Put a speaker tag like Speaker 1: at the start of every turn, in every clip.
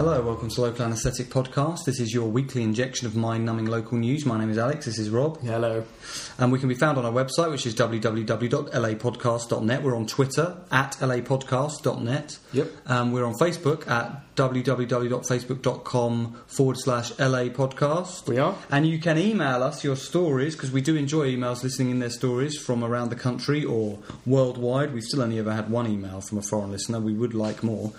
Speaker 1: Welcome to Local Anaesthetic Podcast. This is your weekly injection of mind numbing local news. My name is Alex, this is Rob.
Speaker 2: Hello.
Speaker 1: And we can be found on our website, which is www.lapodcast.net. We're on Twitter at lapodcast.net.
Speaker 2: Yep.
Speaker 1: Um, we're on Facebook at www.facebook.com forward slash lapodcast.
Speaker 2: We are.
Speaker 1: And you can email us your stories because we do enjoy emails listening in their stories from around the country or worldwide. We've still only ever had one email from a foreign listener. We would like more.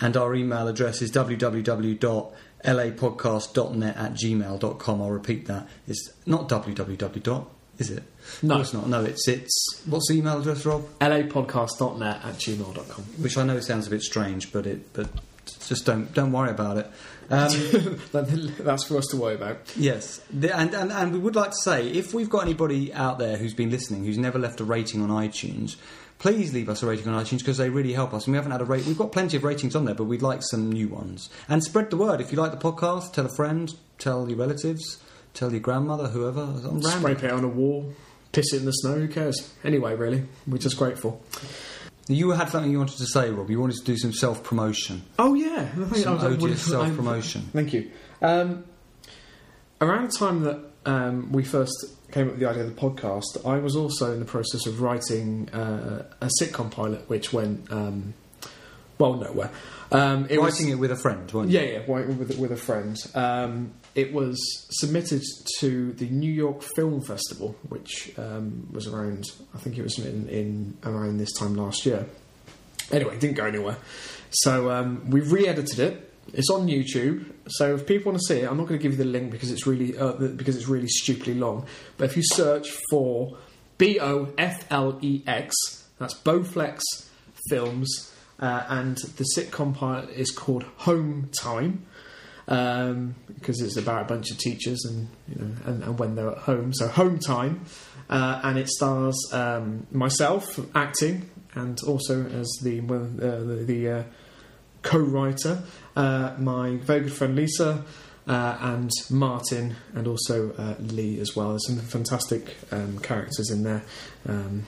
Speaker 1: And our email address is www.lapodcast.net at gmail.com. I'll repeat that. It's not www. dot, Is it?
Speaker 2: No.
Speaker 1: it's not. No, it's it's. What's the email address, Rob?
Speaker 2: lapodcast.net at gmail.com.
Speaker 1: Which I know sounds a bit strange, but it but just don't don't worry about it. Um,
Speaker 2: That- That's for us to worry about.
Speaker 1: Yes, the, and, and and we would like to say if we've got anybody out there who's been listening who's never left a rating on iTunes, please leave us a rating on iTunes because they really help us. And we haven't had a rate. We've got plenty of ratings on there, but we'd like some new ones. And spread the word if you like the podcast. Tell a friend, tell your relatives, tell your grandmother, whoever. I'm random.
Speaker 2: Spray paint on a wall, piss it in the snow, who cares? Anyway, really, we're just grateful.
Speaker 1: You had something you wanted to say, Rob. You wanted to do some self promotion,
Speaker 2: Oh, yeah. I think
Speaker 1: some
Speaker 2: I was-
Speaker 1: odious
Speaker 2: I-
Speaker 1: self promotion.
Speaker 2: Thank you. Um, around the time that um, we first came up with the idea of the podcast, I was also in the process of writing uh, a sitcom pilot, which went, um, well, nowhere. Um, it was-
Speaker 1: Writing it with a friend, weren't you?
Speaker 2: Yeah, yeah, wi- with, with a friend. Um, it was submitted to the New York Film Festival, which um, was around, I think it was in, in around this time last year. Anyway, it didn't go anywhere. So um, we re edited it. It's on YouTube, so if people want to see it, I'm not going to give you the link because it's really uh, th- because it's really stupidly long. But if you search for B O F L E X, that's Bowflex Films, uh, and the sitcom pilot is called Home Time um, because it's about a bunch of teachers and you know and, and when they're at home. So Home Time, uh, and it stars um, myself acting and also as the well, uh, the, the uh, co-writer, uh, my very good friend Lisa. Uh, and Martin, and also uh, Lee as well. There's some fantastic um, characters in there. Um,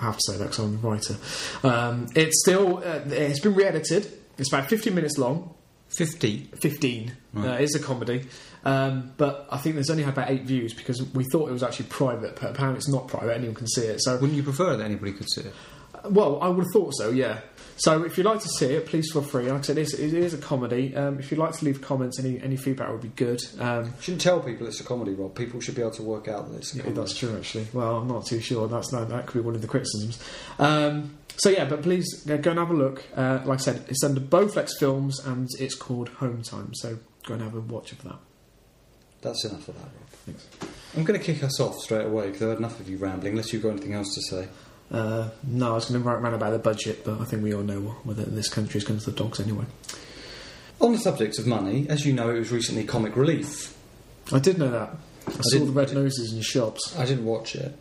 Speaker 2: I have to say that because I'm a writer. Um, it's still uh, it's been re-edited. It's about 50 minutes long.
Speaker 1: Fifty.
Speaker 2: 15. Uh,
Speaker 1: Right.
Speaker 2: it's a comedy. Um, but I think there's only had about eight views because we thought it was actually private, but apparently it's not private. Anyone can see it. So,
Speaker 1: Wouldn't you prefer that anybody could see it?
Speaker 2: well, I would have thought so, yeah. So if you'd like to see it, please feel free. Like I said, it is, it is a comedy. Um, if you'd like to leave comments, any, any feedback would be good. Um,
Speaker 1: Shouldn't tell people it's a comedy, Rob. People should be able to work out that it's a
Speaker 2: yeah, that's true, actually. Well, I'm not too sure. That's no, That could be one of the criticisms. Um, so, yeah, but please uh, go and have a look. Uh, like I said, it's under Bowflex Films and it's called Home Time. So go and have a watch of that.
Speaker 1: That's enough of that, Rob.
Speaker 2: Thanks.
Speaker 1: I'm going to kick us off straight away because I've had enough of you rambling, unless you've got anything else to say.
Speaker 2: Uh, no, I was going to rant about the budget, but I think we all know whether this country's going to the dogs anyway.
Speaker 1: On the subject of money, as you know, it was recently Comic Relief.
Speaker 2: I did know that. I, saw the
Speaker 1: didn't-
Speaker 2: red noses in shops.
Speaker 1: I didn't watch it.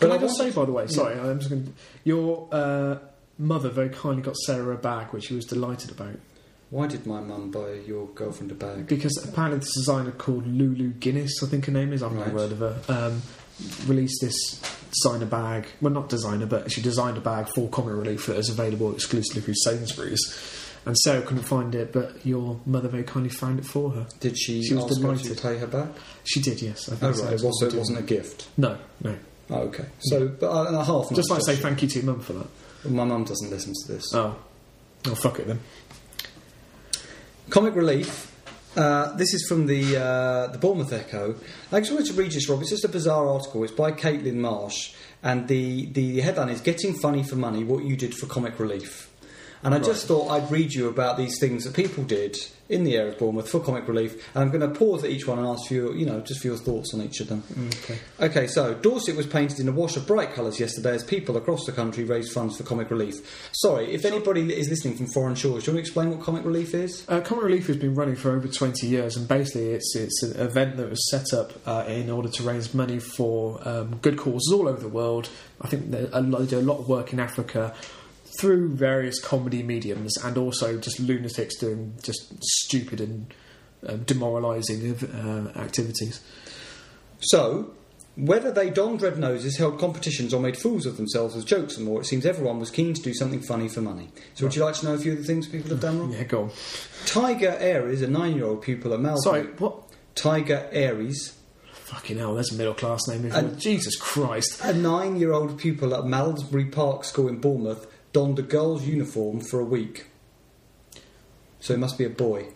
Speaker 2: Can
Speaker 1: I
Speaker 2: I just
Speaker 1: wanted-
Speaker 2: say, by the way, sorry, I'm just going to, your uh, mother very kindly got Sarah a bag, which she was delighted about,
Speaker 1: Why did my mum buy your girlfriend a bag?
Speaker 2: because apparently this designer called Lulu Guinness, I think her name is, I've
Speaker 1: Right.
Speaker 2: never heard of her, um, released this designer bag. Well, not designer, but she designed a bag for Comic Relief that is available exclusively through Sainsbury's. And Sarah couldn't find it, but your mother very kindly found it for her.
Speaker 1: Did she,
Speaker 2: She was
Speaker 1: ask her to
Speaker 2: delighted.
Speaker 1: pay her back?
Speaker 2: She did, yes. I
Speaker 1: Oh,
Speaker 2: think so.
Speaker 1: right. It was, so it wasn't a gift.
Speaker 2: No, no.
Speaker 1: Oh, okay. So, but uh, and a half.
Speaker 2: Just like
Speaker 1: night's
Speaker 2: to say thank you to your mum for that.
Speaker 1: job. My mum doesn't listen to this.
Speaker 2: Oh. Oh, fuck it then.
Speaker 1: Comic Relief. Uh, this is from the uh, the Bournemouth Echo. I just wanted to read this, Rob. It's just a bizarre article. It's by Caitlin Marsh, and the, the headline is "Getting Funny for Money: What You Did for Comic Relief." And I just thought I'd read you about these things that people did in the era of Bournemouth for Comic Relief, and I'm going to pause at each one and ask for your, you know, just for your thoughts on each of them.
Speaker 2: Okay.
Speaker 1: Okay, so Dorset was painted in a wash of bright colours yesterday as people across the country raised funds for Comic Relief. Sorry, if anybody is listening from foreign shores, do you want to explain what Comic Relief is?
Speaker 2: Uh, Common Relief has been running for over 20 years, and basically it's it's an event that was set up uh, in order to raise money for um, good causes all over the world. I think they, a lot, they do a lot of work in Africa through various comedy mediums, and also just lunatics doing just stupid um, and uh, demoralising uh, activities.
Speaker 1: So, Whether they donned red noses, held competitions, or made fools of themselves as jokes and more, it seems everyone was keen to do something funny for money. So, would you like to know a few of the things people have done wrong?
Speaker 2: Yeah, go on.
Speaker 1: Tiger Aries, a nine-year-old pupil at Malcolm.
Speaker 2: Sorry, what?
Speaker 1: Tiger Aries,
Speaker 2: Fucking hell, there's a middle class name. in
Speaker 1: And-
Speaker 2: Jesus Christ.
Speaker 1: a nine-year-old pupil at Malmesbury Park School in Bournemouth, donned a girl's uniform for a week. So he must be a boy.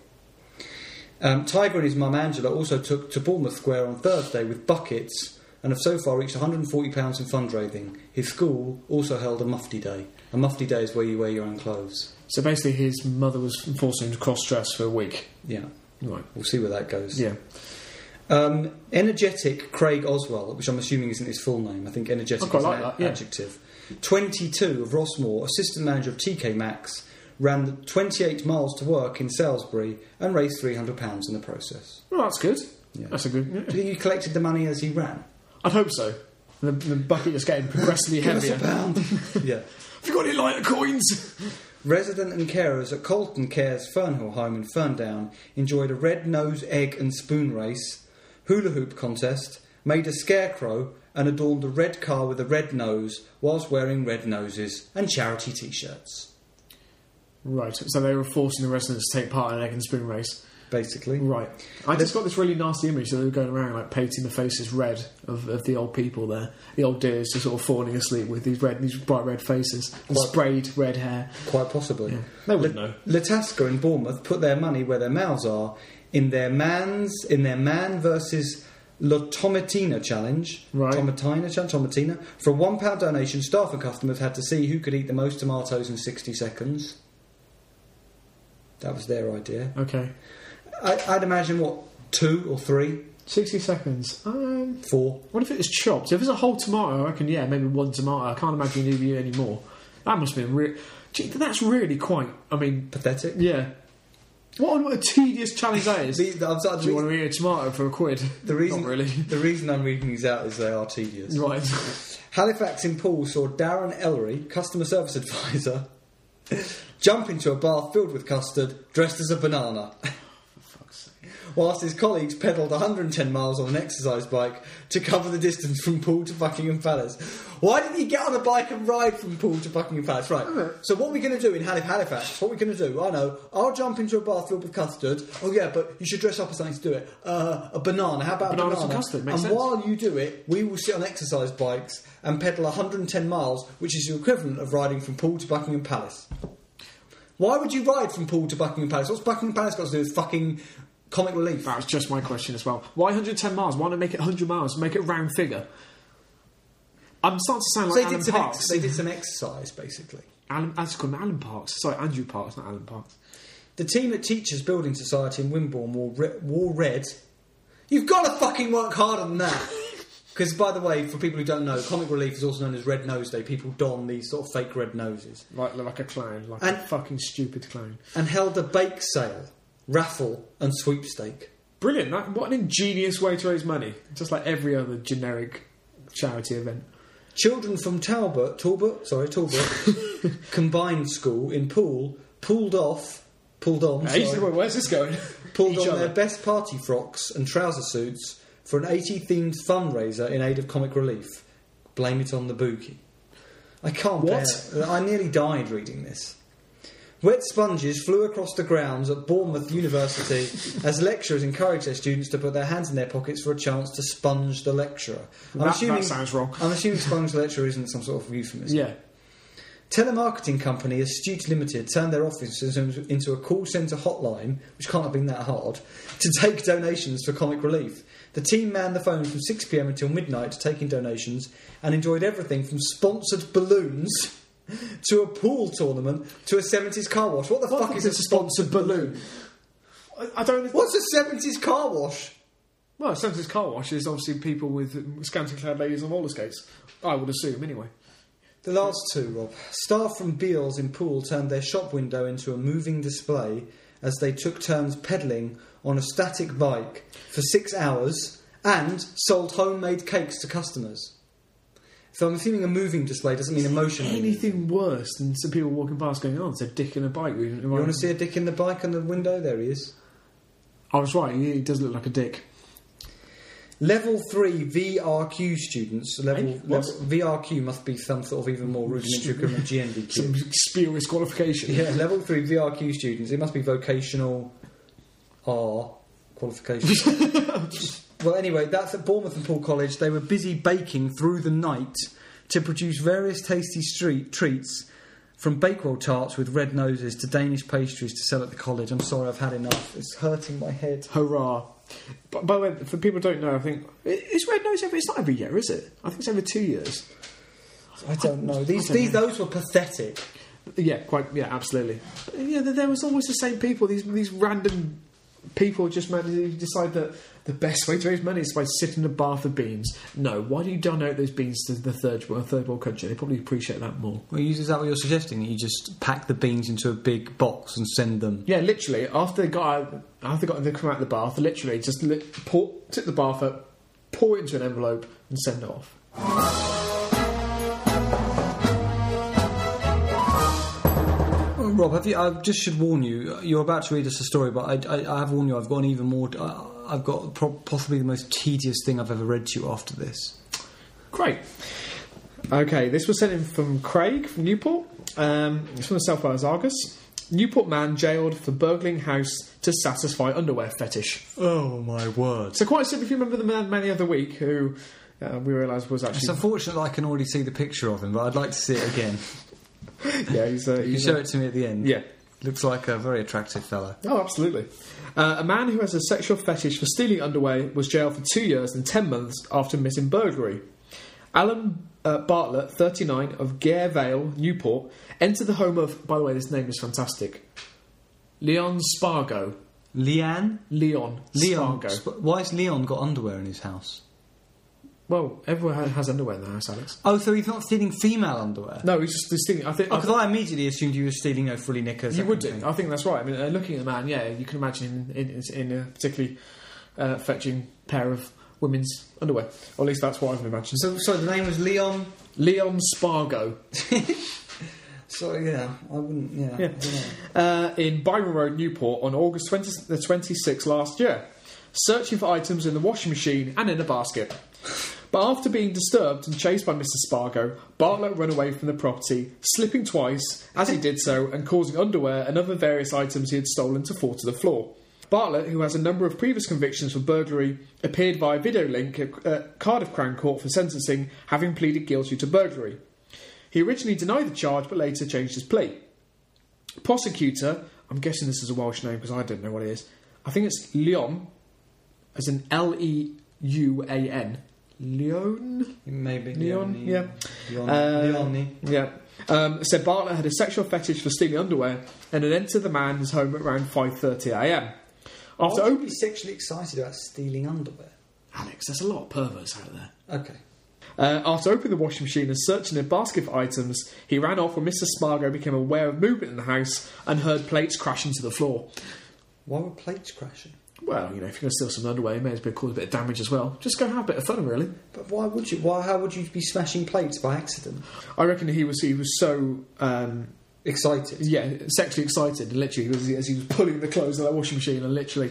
Speaker 1: Um, Tiger and his mum Angela also took to Bournemouth Square on Thursday with buckets and have so far reached £140 in fundraising. His school also held a mufti day. A mufti day is where you wear your own clothes.
Speaker 2: So basically, his mother was forcing him to cross dress for a week.
Speaker 1: Yeah,
Speaker 2: Right.
Speaker 1: we'll see where that goes.
Speaker 2: Yeah.
Speaker 1: Um, energetic Craig Oswell, which I'm assuming isn't his full name. I think energetic
Speaker 2: I quite
Speaker 1: is
Speaker 2: like
Speaker 1: an
Speaker 2: that, yeah.
Speaker 1: adjective. 22 of Rossmore, assistant manager of TK Maxx, ran the 28 miles to work in Salisbury and raised £300 in the process.
Speaker 2: Well, that's good.
Speaker 1: Yeah.
Speaker 2: That's a good.
Speaker 1: Do you think he collected the money as he ran?
Speaker 2: I'd hope so. The, the bucket is getting progressively heavier.
Speaker 1: pound. yeah.
Speaker 2: Have you got any lighter coins?
Speaker 1: Resident and carers at Colton Cares Fernhill Home in Ferndown enjoyed a red nose egg and spoon race, hula hoop contest, made a scarecrow, and adorned a red car with a red nose whilst wearing red noses and charity t shirts.
Speaker 2: Right. So they were forcing the residents to take part in an egg and spoon race.
Speaker 1: Basically.
Speaker 2: Right. I just got this really nasty image that they were going around like painting the faces red of, of the old people there. The old dears just sort of falling asleep with these red, these bright red faces, and
Speaker 1: Quite-
Speaker 2: sprayed red hair.
Speaker 1: Quite possibly.
Speaker 2: They wouldn't know.
Speaker 1: Latasca and Bournemouth put their money where their mouths are in their man's in their man versus Lotomatina challenge.
Speaker 2: Right.
Speaker 1: Tomatina challenge. Tomatina. For a one pound donation, staff and customers had to see who could eat the most tomatoes in sixty seconds. That was their idea.
Speaker 2: Okay.
Speaker 1: I, I'd imagine what two or three,
Speaker 2: 60 seconds. Um,
Speaker 1: four.
Speaker 2: what if it was chopped? If it's a whole tomato, I reckon, yeah, maybe one tomato. I can't imagine you knew any more. That must have been real. Gee, that's really quite. I mean,
Speaker 1: Pathetic.
Speaker 2: yeah. What, a- what a tedious challenge that is.
Speaker 1: The, the, I'm sorry,
Speaker 2: Do
Speaker 1: the,
Speaker 2: you want
Speaker 1: reason,
Speaker 2: to eat a tomato for a quid?
Speaker 1: the reason-
Speaker 2: Not really.
Speaker 1: the reason I'm reading these out is they are tedious.
Speaker 2: right.
Speaker 1: Halifax in Poole saw Darren Ellery, customer service advisor, jump into a bath filled with custard dressed as a banana, whilst his colleagues pedalled 110 miles on an exercise bike to cover the distance from Poole to Buckingham Palace. Why didn't he get on a bike and ride from Poole to Buckingham Palace? Right. So what we're going to do in Halif- Halifax? What we're going to do? I know. I'll jump into a bath filled with custard. Oh yeah, but you should dress up as something to do it. Uh, a banana. How about
Speaker 2: Bananas
Speaker 1: a
Speaker 2: and
Speaker 1: banana?
Speaker 2: custard, makes
Speaker 1: and
Speaker 2: sense.
Speaker 1: while while you do it, we will sit on exercise bikes and pedal 110 miles, which is the equivalent of riding from Poole to Buckingham Palace. Why would you ride from Poole to Buckingham Palace? What's Buckingham Palace got to do with fucking comic relief?
Speaker 2: That was just my question as well. Why 110 miles? Why not make it 100 miles? Make it a round figure. I'm starting to sound
Speaker 1: So
Speaker 2: like
Speaker 1: they
Speaker 2: Alan
Speaker 1: did, some
Speaker 2: Parks.
Speaker 1: ex- they did some exercise, basically.
Speaker 2: Alan, I just call him Alan Parks. Sorry, Andrew Parks, not Alan Parks.
Speaker 1: The team at Teachers Building Society in Wimborne wore, re- wore red. You've got to fucking work harder than that. Because, by the way, for people who don't know, comic relief is also known as Red Nose Day. People don these sort of fake red noses.
Speaker 2: Like, like a clown, like a
Speaker 1: And-
Speaker 2: fucking stupid clown.
Speaker 1: And held a bake sale, raffle, and sweepstake.
Speaker 2: Brilliant! That, what an ingenious way to raise money. Just like every other generic charity event.
Speaker 1: Children from Talbot, Talbot, sorry, Talbot, combined school in Poole, pulled off, pulled on,
Speaker 2: Hey,
Speaker 1: sorry,
Speaker 2: wait, where's this going?
Speaker 1: pulled
Speaker 2: Each
Speaker 1: on
Speaker 2: other.
Speaker 1: their best party frocks and trouser suits for an 80 themed fundraiser in aid of comic relief. Blame it on the bookie. I can't
Speaker 2: What?
Speaker 1: bear I nearly died reading this. Wet sponges flew across the grounds at Bournemouth University as lecturers encouraged their students to put their hands in their pockets for a chance to sponge the lecturer. I'm
Speaker 2: That,
Speaker 1: assuming-
Speaker 2: that sounds wrong.
Speaker 1: I'm assuming sponge lecture isn't some sort of euphemism.
Speaker 2: Yeah.
Speaker 1: Telemarketing company Astute Limited turned their offices in- into a call centre hotline, which can't have been that hard, to take donations for comic relief. The team manned the phone from 6pm until midnight taking donations and enjoyed everything from sponsored balloons to a pool tournament to a 70s car wash. What the
Speaker 2: What
Speaker 1: fuck is a sponsored balloon?
Speaker 2: I, I don't.
Speaker 1: What's a 70s car wash?
Speaker 2: Well, census car wash is obviously people with scantily clad ladies on roller skates. I would assume, anyway.
Speaker 1: The last two, Rob. Staff from Beals in Poole turned their shop window into a moving display as they took turns pedalling on a static bike for six hours and sold homemade cakes to customers. So I'm assuming a moving display doesn't mean emotion.
Speaker 2: Anything worse than some people walking past going, "Oh, it's a dick in a bike." We,
Speaker 1: You want to see a dick in the bike on the window? There he is.
Speaker 2: I was right. He does look like a dick.
Speaker 1: Level three VRQ students. Level,
Speaker 2: Hey, what's-
Speaker 1: level VRQ must be some sort of even more rudimentary equivalent to
Speaker 2: Some
Speaker 1: GNVQ.
Speaker 2: spurious qualification.
Speaker 1: Yeah, level three VRQ students. It must be vocational R qualification. well, anyway, that's at Bournemouth and Paul College. They were busy baking through the night to produce various tasty street treats, from bakewell tarts with red noses to Danish pastries to sell at the college. I'm sorry, I've had enough. It's hurting my head.
Speaker 2: Hurrah. But by the way, for people who don't know, I think it's Red Nose every. It's not every year, is it? I think it's every two years.
Speaker 1: I don't know. These,
Speaker 2: I don't
Speaker 1: these, those were pathetic.
Speaker 2: Yeah, quite. Yeah, absolutely. But, yeah, there- there was always the same people. These these random people just managed to decide that the best way to raise money is by sitting in a bath of beans. No, why do you donate those beans to the third world, third world country? They probably appreciate that more.
Speaker 1: Well, is that what you're suggesting? That you just pack the beans into a big box and send them?
Speaker 2: Yeah, literally. After they got out, after they got them to come out of the bath, literally just li- pour, took the bath up, pour it into an envelope, and send it off.
Speaker 1: Oh, Rob, have you, I just should warn you. You're about to read us a story, but I, I, I have warned you. I've got an even more. I, I've got pro- possibly the most tedious thing I've ever read to you after this.
Speaker 2: Great. Okay, this was sent in from Craig from Newport. Um, it's from the South Wales Argus. Newport man jailed for burgling house to satisfy underwear fetish.
Speaker 1: Oh my word!
Speaker 2: So quite simple. If you remember the man man the other week who uh, we realised was
Speaker 1: It's
Speaker 2: actually
Speaker 1: unfortunate that I can already see the picture of him, but I'd like to see it again.
Speaker 2: yeah he's, uh,
Speaker 1: You
Speaker 2: he's
Speaker 1: show it to me at the end.
Speaker 2: yeah
Speaker 1: looks like a very attractive fella.
Speaker 2: Oh, absolutely. Uh, a man who has a sexual fetish for stealing underwear was jailed for two years and ten months after missing burglary. Alan uh, Bartlett, 39, of Gare Vale, Newport, entered the home of, by the way, this name is fantastic, Leon Spargo.
Speaker 1: Leanne,
Speaker 2: Leon,
Speaker 1: Leon.
Speaker 2: Spargo.
Speaker 1: Sp- why's Leon got underwear in his house?
Speaker 2: Well, everyone ha- has underwear in their house, Alex.
Speaker 1: Oh, so he's not stealing female underwear.
Speaker 2: No, he's just this thing. I think I-
Speaker 1: Because I immediately assumed you were stealing no frilly knickers.
Speaker 2: you
Speaker 1: that
Speaker 2: would
Speaker 1: kind of
Speaker 2: do.
Speaker 1: thing.
Speaker 2: I think that's right. I mean, uh, looking at the man, yeah, you can imagine him in, in, in a particularly uh, fetching pair of women's underwear. Or at least that's what I've imagined.
Speaker 1: So, so the name was Leon.
Speaker 2: Leon Spargo
Speaker 1: So yeah, I wouldn't. Yeah.
Speaker 2: Yeah.
Speaker 1: I don't know.
Speaker 2: uh, in Byron Road, Newport, on August 20, the 26th last year, searching for items in the washing machine and in a basket. But after being disturbed and chased by Mr. Spargo, Bartlett ran away from the property, slipping twice as he did so and causing underwear and other various items he had stolen to fall to the floor. Bartlett, who has a number of previous convictions for burglary, appeared via video link at uh, Cardiff Crown Court for sentencing, having pleaded guilty to burglary. He originally denied the charge but later changed his plea prosecutor, I'm guessing this is a Welsh name because I don't know what it is. I think it's Leon, as in L E U A N. Leon?
Speaker 1: Maybe
Speaker 2: Leon,
Speaker 1: Leonie.
Speaker 2: yeah.
Speaker 1: Leon,
Speaker 2: Uh,
Speaker 1: Leonie.
Speaker 2: Yeah. Um, said Bartlett had a sexual fetish for stealing underwear and had entered the man's home at around 5.30am. After
Speaker 1: Why would you
Speaker 2: opening...
Speaker 1: be sexually excited about stealing underwear?
Speaker 2: Alex, there's a lot of perverts out there.
Speaker 1: Okay.
Speaker 2: Uh, after opening the washing machine and searching a basket for items, he ran off when Mr. Spargo became aware of movement in the house and heard plates crashing to the floor.
Speaker 1: Why were plates crashing?
Speaker 2: Well, you know, if you're going to steal some underwear, you may as well cause a bit of damage as well. Just go have a bit of fun, really.
Speaker 1: But why would you? Why? How would you be smashing plates by accident?
Speaker 2: I reckon he was he was so um,
Speaker 1: Excited.
Speaker 2: yeah sexually excited, and literally he was, as he was pulling the clothes out of the washing machine, and literally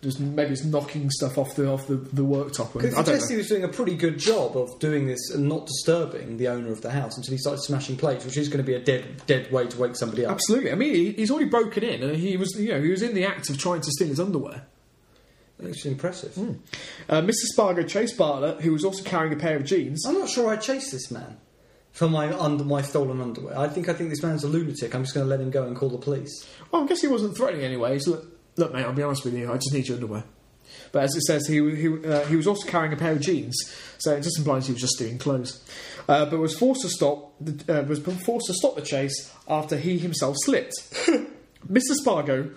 Speaker 2: just maybe just knocking stuff off the off the, the worktop.
Speaker 1: Because
Speaker 2: I don't
Speaker 1: Jesse
Speaker 2: know.
Speaker 1: was doing a pretty good job of doing this and not disturbing the owner of the house until he started smashing plates, which is going to be a dead dead way to wake somebody up.
Speaker 2: Absolutely. I mean, he, he's already broken in, and he was you know he was in the act of trying to steal his underwear.
Speaker 1: It's impressive.
Speaker 2: Uh, Mr. Spargo chased Bartlett, who was also carrying a pair of jeans.
Speaker 1: I'm not sure I chase this man for my under my stolen underwear. I think I think this man's a lunatic. I'm just going to let him go and call the police.
Speaker 2: Well, I guess he wasn't threatening anyway. He's look, look, mate, I'll be honest with you. I just need your underwear. But as it says, he he, uh, he was also carrying a pair of jeans, so it just implies he was just stealing clothes. Uh, but was forced to stop. The, uh, was forced to stop the chase after he himself slipped. Mr. Spargo.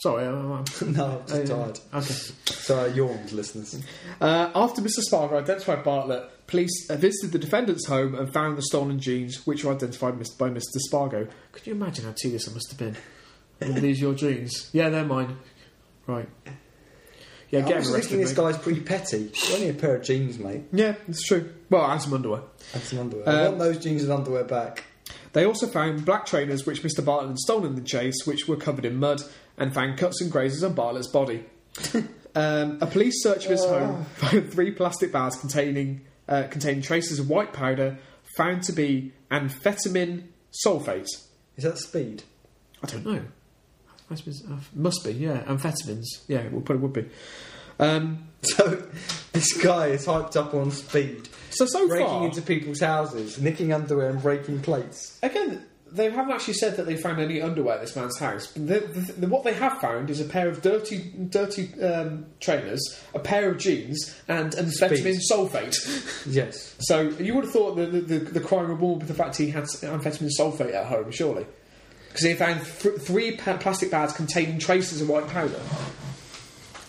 Speaker 2: Sorry, I'm, I'm
Speaker 1: no, I'm just tired.
Speaker 2: Okay.
Speaker 1: So I yawned, listeners.
Speaker 2: Uh, after Mr. Spargo identified Bartlett, police uh, visited the defendant's home and found the stolen jeans, which were identified mis- by Mr. Spargo. Could you imagine how tedious it must have been? Are these your jeans? Yeah, they're mine. Right. Yeah,
Speaker 1: I'm
Speaker 2: get
Speaker 1: just
Speaker 2: him
Speaker 1: thinking
Speaker 2: arrested.
Speaker 1: this
Speaker 2: mate.
Speaker 1: guy's pretty petty. Only a pair of jeans, mate,
Speaker 2: Yeah, it's true. Well, and some underwear.
Speaker 1: and some underwear.
Speaker 2: Uh,
Speaker 1: I want those jeans and underwear back.
Speaker 2: They also found black trainers which Mr. Bartlett had stolen in the chase, which were covered in mud, and found cuts and grazes on Bartlett's body. Um, a police search of his home found three plastic bags containing uh, containing traces of white powder found to be amphetamine sulfate.
Speaker 1: Is that speed?
Speaker 2: I don't know. I suppose uh, must be yeah amphetamines. Yeah, well, probably would be. Um,
Speaker 1: So this guy is hyped up on speed,
Speaker 2: so so
Speaker 1: breaking
Speaker 2: far,
Speaker 1: into people's houses, nicking underwear, and breaking plates.
Speaker 2: again, they haven't actually said that they found any underwear at this man's house. The, the, the, what they have found is a pair of dirty, dirty um, trainers, a pair of jeans, and amphetamine sulfate.
Speaker 1: Yes.
Speaker 2: So you would have thought that the, the, the crime would more be the fact he had amphetamine sulfate at home, surely. Because they found th- three pa- plastic bags containing traces of white powder.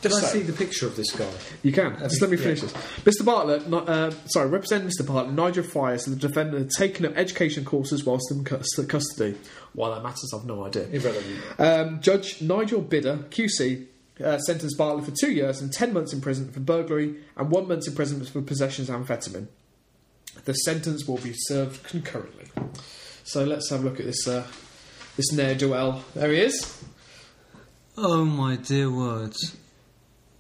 Speaker 1: Can
Speaker 2: Just
Speaker 1: I
Speaker 2: so.
Speaker 1: see the picture of this guy?
Speaker 2: You can. Just let me finish this. Mr. Bartlett, ni- uh, sorry, representing Mr. Bartlett, Nigel Fryer said the defendant had taken up education courses whilst in cus- custody. Why that matters, I've no idea.
Speaker 1: Irrelevant.
Speaker 2: Um, Judge Nigel Bidder, QC, uh, sentenced Bartlett for two years and ten months in prison for burglary and one month in prison for possession of amphetamine. The sentence will be served concurrently. So let's have a look at this uh, this ne'er do well. There he is.
Speaker 1: Oh my dear words.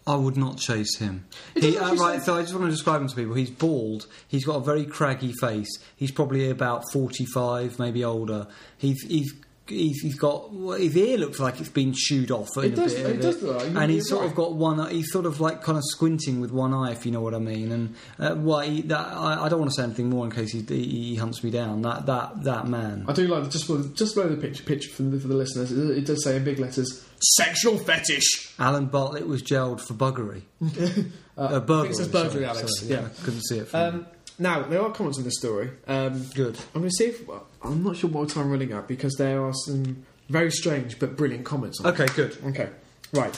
Speaker 1: I would not chase him.
Speaker 2: It
Speaker 1: He,
Speaker 2: doesn't
Speaker 1: uh,
Speaker 2: actually
Speaker 1: right,
Speaker 2: say-
Speaker 1: so I just want to describe him to people. He's bald. He's got a very craggy face. He's probably about forty-five, maybe older. He's he's he's, he's got well, his ear looks like it's been chewed off. in
Speaker 2: It does-
Speaker 1: a bit, of
Speaker 2: it does look like-
Speaker 1: and
Speaker 2: you're
Speaker 1: he's sort
Speaker 2: right.
Speaker 1: of got one. eye- He's sort of like kind of squinting with one eye, if you know what I mean. And uh, why? he- that, I, I don't want to say anything more in case he, he, he hunts me down. That that that man.
Speaker 2: I do like just below- just below the picture picture for the, for the listeners. It, it does say in big letters sexual fetish.
Speaker 1: Alan Bartlett was jailed for buggery.
Speaker 2: Uh,
Speaker 1: Uh, burglary.
Speaker 2: I think it says burglary,
Speaker 1: sorry,
Speaker 2: Alex.
Speaker 1: sorry,
Speaker 2: yeah.
Speaker 1: I couldn't see it. From
Speaker 2: Um, now there are comments on this story. Um,
Speaker 1: Good.
Speaker 2: I'm going to see if I'm not sure what time I'm running at because there are some very strange but brilliant comments. On
Speaker 1: Okay, good.
Speaker 2: it. Okay. Right.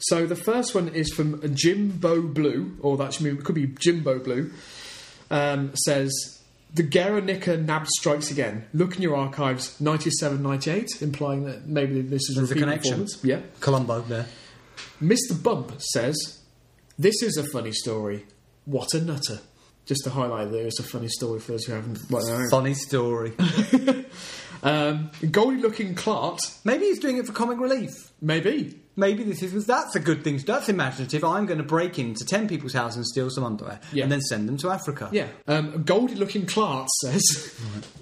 Speaker 2: So the first one is from Jimbo Blue, or that should be, it could be Jimbo Blue. Um, says the Guernica nab strikes again. Look in your archives, 97, 98, implying that maybe this is
Speaker 1: There's a
Speaker 2: repeat
Speaker 1: connection.
Speaker 2: performance. Yeah.
Speaker 1: Colombo there.
Speaker 2: Mr. Bump says, This is a funny story. What a nutter. Just to highlight, there is a funny story for those who haven't.
Speaker 1: Funny story.
Speaker 2: Um, Goldie looking Clart,
Speaker 1: Maybe he's doing it for comic relief.
Speaker 2: maybe.
Speaker 1: Maybe this is that's a good thing. That's imaginative. I'm going to break into ten people's house and steal some underwear,
Speaker 2: Yeah.
Speaker 1: and then send them to Africa.
Speaker 2: Yeah. Um, Goldie looking Clart says,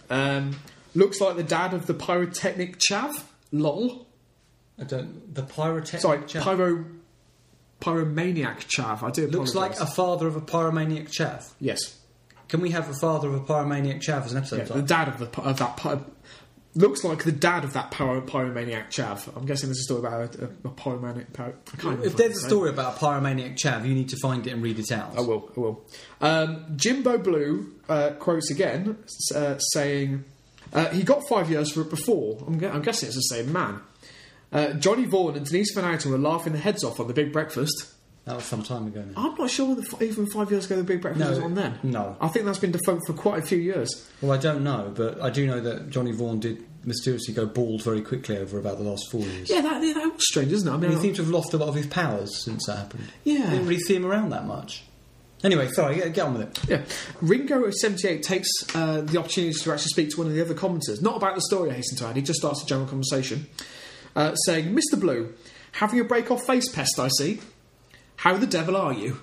Speaker 2: um, Looks like the dad of the pyrotechnic chav. Lol.
Speaker 1: I don't. The pyrotechnic.
Speaker 2: Sorry,
Speaker 1: chav.
Speaker 2: pyro. Pyromaniac chav. I do
Speaker 1: looks like
Speaker 2: apologise.
Speaker 1: a father of a pyromaniac chav.
Speaker 2: Yes.
Speaker 1: Can we have a father of a pyromaniac chav as an episode?
Speaker 2: Yeah, the
Speaker 1: title?
Speaker 2: dad of the pi- of that pi- looks like the dad of that pyro, pyromaniac chav. I'm guessing there's a story about a, a, a pyromaniac. Pyro, I can't remember
Speaker 1: if there's
Speaker 2: his
Speaker 1: a
Speaker 2: name.
Speaker 1: story about a pyromaniac chav, you need to find it and read it out.
Speaker 2: I will. I will. Um, Jimbo Blue uh, quotes again, s- uh, saying uh, he got five years for it before. I'm, gu- I'm guessing it's the same man. Uh, Johnny Vaughan and Denise Van Outen were laughing their heads off on the Big Breakfast.
Speaker 1: That was some time ago. Now.
Speaker 2: I'm not sure that f- even five years ago the Big Breakfast
Speaker 1: No,
Speaker 2: was on then.
Speaker 1: no.
Speaker 2: I think that's been defunct for quite a few years.
Speaker 1: Well, I don't know, but I do know that Johnny Vaughan did mysteriously go bald very quickly over about the last four years.
Speaker 2: Yeah, that, that was strange, isn't it? I mean,
Speaker 1: He
Speaker 2: I-
Speaker 1: seemed to have lost a lot of his powers since that happened.
Speaker 2: Yeah.
Speaker 1: Didn't really see him around that much. Anyway, sorry, get, get on with it.
Speaker 2: Yeah, Ringo seventy eight takes uh, the opportunity to actually speak to one of the other commenters, not about the story. I hasten to add, he just starts a general conversation, uh, saying, "Mr. Blue, having a break off face pest, I see. How the devil are you?"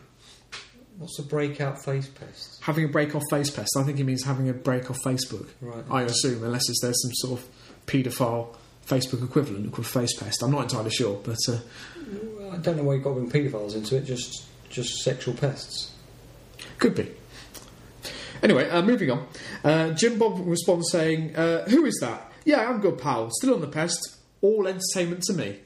Speaker 1: What's a breakout face pest?
Speaker 2: Having a break off face pest. I think he means having a break off Facebook.
Speaker 1: Right.
Speaker 2: I assume, unless it's, there's some sort of paedophile Facebook equivalent called face pest. I'm not entirely sure, but uh,
Speaker 1: I don't know why you've got to bring paedophiles into it, just just sexual pests.
Speaker 2: Could be. Anyway, uh, moving on. Uh, Jim Bob responds saying, uh, Who is that? Yeah, I'm good, pal. Still on the pest. All entertainment to me.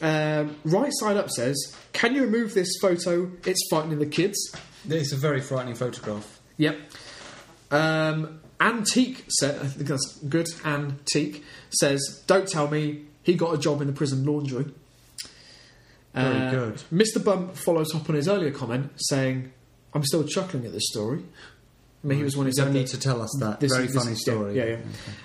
Speaker 2: Um, right side up says, Can you remove this photo? It's frightening the kids.
Speaker 1: It's a very frightening photograph.
Speaker 2: Yep. Um, Antique said, I think that's good. Antique says, Don't tell me he got a job in the prison laundry.
Speaker 1: Very
Speaker 2: Uh,
Speaker 1: good.
Speaker 2: Mr. Bump follows up on his earlier comment saying, I'm still chuckling at this story. I mean, he was one
Speaker 1: You
Speaker 2: who said
Speaker 1: don't
Speaker 2: that
Speaker 1: need to tell us that.
Speaker 2: this
Speaker 1: very
Speaker 2: is- this
Speaker 1: funny
Speaker 2: is- yeah,
Speaker 1: story.
Speaker 2: Yeah,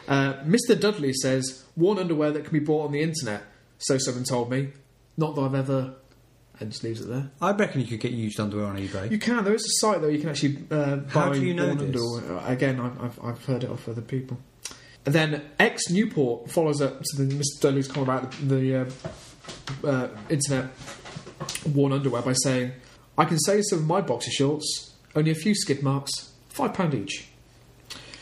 Speaker 2: yeah. Uh, Mr. Dudley says, Worn underwear that can be bought on the internet. So someone told me. Not that I've ever. And just leaves it there.
Speaker 1: I reckon you could get used underwear on eBay.
Speaker 2: You can. There is a site though you can actually uh,
Speaker 1: How
Speaker 2: buy
Speaker 1: do you know
Speaker 2: worn
Speaker 1: this?
Speaker 2: underwear. Again, I've, I've, I've heard it off other people. And then ex Newport follows up to the Mr. Dudley's comment about the, the uh, uh, internet worn underwear by saying, I can save some of my boxer shorts, only a few skid marks, £5 each.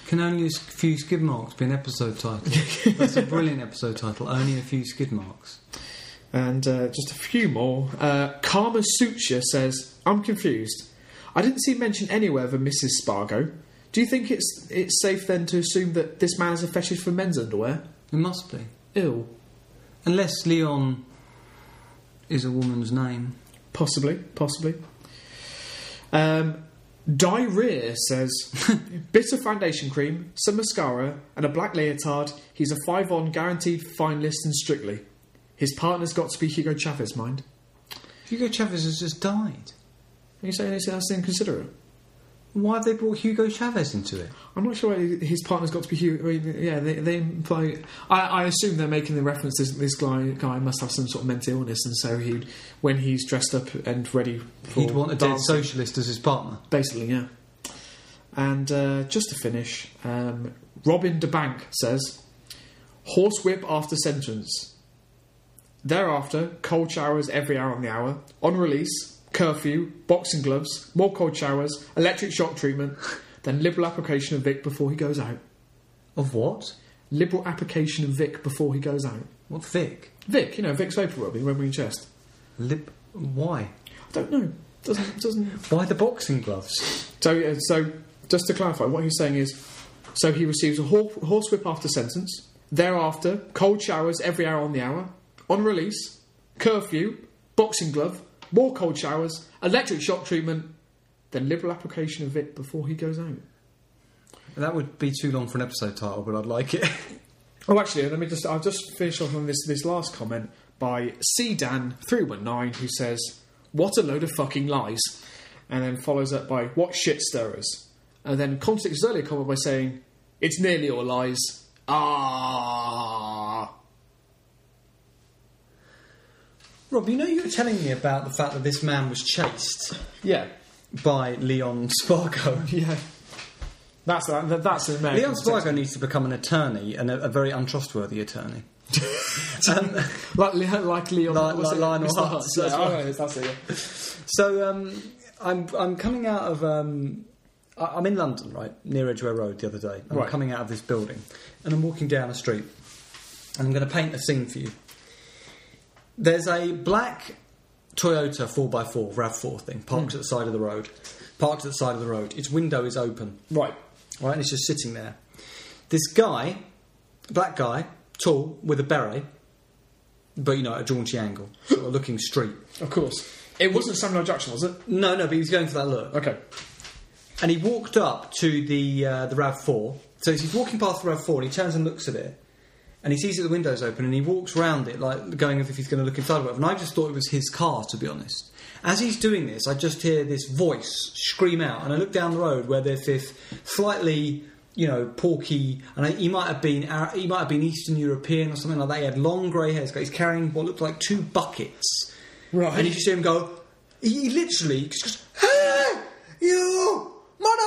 Speaker 3: Can only a s- few skid marks be an episode title? That's a brilliant episode title. Only a few skid marks.
Speaker 2: And uh, just a few more. Uh, Karma Suture says, I'm confused. I didn't see mention anywhere of a Mrs. Spargo. Do you think it's it's safe then to assume that this man is a fetish for men's underwear?
Speaker 3: It must be,
Speaker 2: Ill,
Speaker 3: unless Leon is a woman's name.
Speaker 2: possibly, possibly. Um, Diarrhea says, bit of foundation cream, some mascara, and a black leotard. He's a five-on guaranteed fine list and strictly. His partner's got to be Hugo Chavez, mind.
Speaker 3: Hugo Chavez has just died.
Speaker 2: Are you saying this- that's inconsiderate?
Speaker 3: Why have they brought Hugo Chavez into it?
Speaker 2: I'm not sure why his partner's got to be Hugh. I mean, yeah, they, they imply. I, I assume they're making the reference this, this guy, guy must have some sort of mental illness, and so he, when he's dressed up and ready for.
Speaker 3: He'd want a dead
Speaker 2: dancing-
Speaker 3: socialist as his partner.
Speaker 2: Basically, yeah. And uh, just to finish, um, Robin DeBank says, horsewhip after sentence. Thereafter, cold showers every hour on the hour, on release, curfew, boxing gloves, more cold showers, electric shock treatment, then liberal application of Vic before he goes out.
Speaker 3: Of what?
Speaker 2: Liberal application of Vic before he goes out.
Speaker 3: What Vic?
Speaker 2: Vic, you know, Vic's vapor rubbing when we ingest.
Speaker 3: Lip? Why?
Speaker 2: I don't know. Doesn't doesn't
Speaker 3: Why the boxing gloves?
Speaker 2: So, uh, so just to clarify, what he's saying is, so he receives a hor- horsewhip after sentence. Thereafter, cold showers every hour on the hour. On release, curfew, boxing glove, more cold showers, electric shock treatment, then liberal application of it before he goes out.
Speaker 3: That would be too long for an episode title, but I'd like it.
Speaker 2: Oh, actually, let me just. I'll just finish off on this this last comment by C Dan three one nine, who says, "What a load of fucking lies," and then follows up by "What shit stirrers," and then contradicts his earlier comment by saying, "It's nearly all lies." Ah.
Speaker 1: Rob, you know you were telling me about the fact that this man was chased
Speaker 2: Yeah,
Speaker 1: by Leon Spargo.
Speaker 2: yeah. That's uh, that, that's an American.
Speaker 1: Leon Spargo needs to become an attorney, and a, a very untrustworthy attorney. um,
Speaker 2: like, Le- like Leon,
Speaker 1: Like-
Speaker 2: was
Speaker 1: like
Speaker 2: it
Speaker 1: Lionel
Speaker 2: Mr.
Speaker 1: Hutz,
Speaker 2: Yeah,
Speaker 1: that's
Speaker 2: I
Speaker 1: right.
Speaker 2: know, that's it, yeah.
Speaker 1: so um, I'm I'm coming out of um, I, I'm in London, right near Edgware Road the other day. I'm
Speaker 2: Right.
Speaker 1: coming out of this building, and I'm walking down a street, and I'm going to paint a scene for you. There's a black Toyota 4x4 Rav4 thing parked at the side of the road. Parked at the side of the road. Its window is open.
Speaker 2: Right.
Speaker 1: right? And it's just sitting there. This guy, black guy, tall, with a beret, but you know, at a jaunty angle, sort of looking street.
Speaker 2: Of course. It wasn't Samuel Jackson, was it?
Speaker 1: No, no, but he was going for that look.
Speaker 2: Okay.
Speaker 1: And he walked up to the uh, the Rav Four. So he's walking past the Rav Four, and he turns and looks at it, and he sees that the window's open, and he walks round it like going as if he's going to look inside of it. And I just thought it was his car, to be honest. As he's doing this, I just hear this voice scream out, and I look down the road where there's this slightly, you know, porky, and I- he might have been Ar- he might have been Eastern European or something like that. He had long grey hair. He's carrying what looked like two buckets.
Speaker 2: Right.
Speaker 1: And you just hear him go, he, he literally just goes, Hey, you